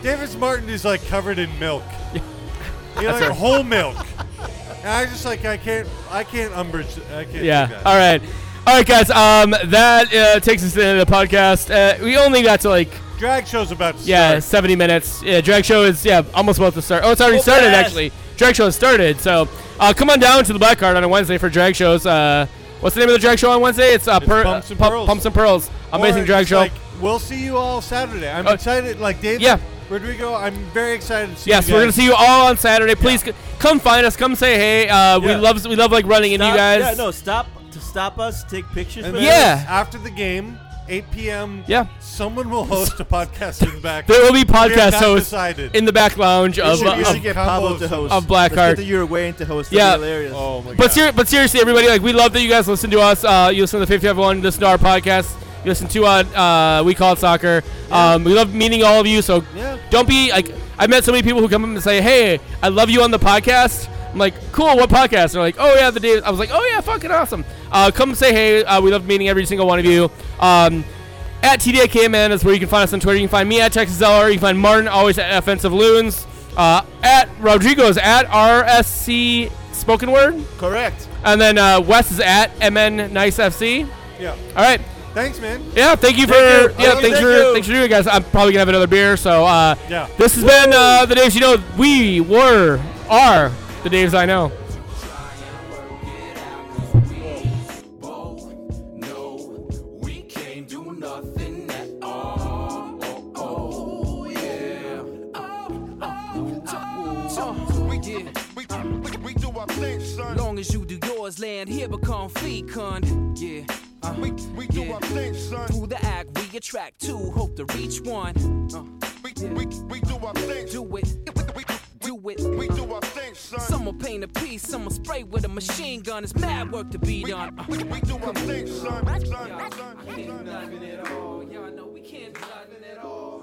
F: David Martin is like covered in milk. you know, like whole milk. And I just like I can't, I can't umbrage, I can't. do
A: Yeah.
F: that.
A: All right. All right, guys. Um, that uh, takes us to the end of the podcast. Uh, we only got to like
F: Drag show's about to
A: yeah,
F: start.
A: 70 minutes. Yeah, drag show is yeah almost about to start. Oh, it's already started
C: fast.
A: actually. Drag show has started. So uh, come on down to the Black Card on a Wednesday for drag shows. Uh, what's the name of the drag show on Wednesday? It's, uh, Pur-
F: Pumps and
A: Pu-
F: Pearls.
A: Pumps and Pearls. Amazing
F: Or
A: drag
F: it's
A: show.
F: Like, we'll see you all Saturday. I'm
A: Oh.
F: excited. Like David,
A: Yeah.
F: Rodrigo, I'm very excited to see.
A: Yes,
F: you
A: we're gonna
F: guys.
A: see you all on Saturday. Please c- come find us. Come say hey. Uh, We
C: Yeah.
A: love we love like running into you
C: Stop-
A: guys.
C: Yeah, no, stop to stop us. Take pictures.
F: And
C: with
F: then
A: Yeah.
C: us.
F: After the game, 8 p.m.
A: Yeah.
F: Someone will host a podcast in the back.
A: There will be
F: We have
A: podcast
F: not
A: hosts
F: decided.
A: in the back lounge
F: We
A: of. uh,
F: should
A: of
F: usually get
C: Pablo
F: Pablo
C: to host.
A: Of Black
C: Let's get
A: Card.
C: the Uruguayan to host.
A: Yeah.
C: Yeah. Hilarious.
F: Oh my god.
A: but, ser- but seriously, everybody, like we love that you guys listen to us. Uh, you listen to the 551. Listen to our podcast. You listen to uh, uh, we call it soccer. Um, we love meeting all of you. So
F: Yeah.
A: don't be like I met so many people who come up and say, "Hey, I love you on the podcast." I'm like, "Cool, what podcast?" they're like, "Oh yeah, the day." I was like, "Oh yeah, fucking awesome." Uh, come say hey. Uh, we love meeting every single one of you. Um, at TDAKMN is where you can find us on Twitter. You can find me at Texas LR. You can find Martin always at Offensive Loons. Uh, at Rodrigo's at RSC Spoken Word.
C: Correct.
A: And then uh, Wes is at MN Nice FC.
F: yeah.
A: All right.
F: Thanks, man.
A: Yeah, thank you for
C: Thank you.
A: yeah, thanks
C: Thank you, thank
A: for
C: you.
A: thanks for doing it, guys. I'm probably gonna have another beer. So uh,
F: Yeah.
A: this has been uh, the Daves you know. We were are the Daves I know.
E: Whoa, no, we can't do nothing at all. Oh, oh, yeah. Oh, oh, oh,
G: We did, we, we, we do our thing, son.
E: Long as you do yours, land here become fecund. Yeah. Uh,
G: We, we do
E: yeah.
G: our thing, son.
E: Through the act, we attract two, hope to reach one. Uh,
G: We, we, we do our thing.
E: do it,
G: We,
E: do it.
G: we, we do our thing, son.
E: Some will paint a piece, some will spray with a machine gun. It's mad work to be
G: we,
E: done. Uh,
G: we, we do our thing, son. son, son, son.
E: Nothing at all. Y'all know we can't do nothing at all.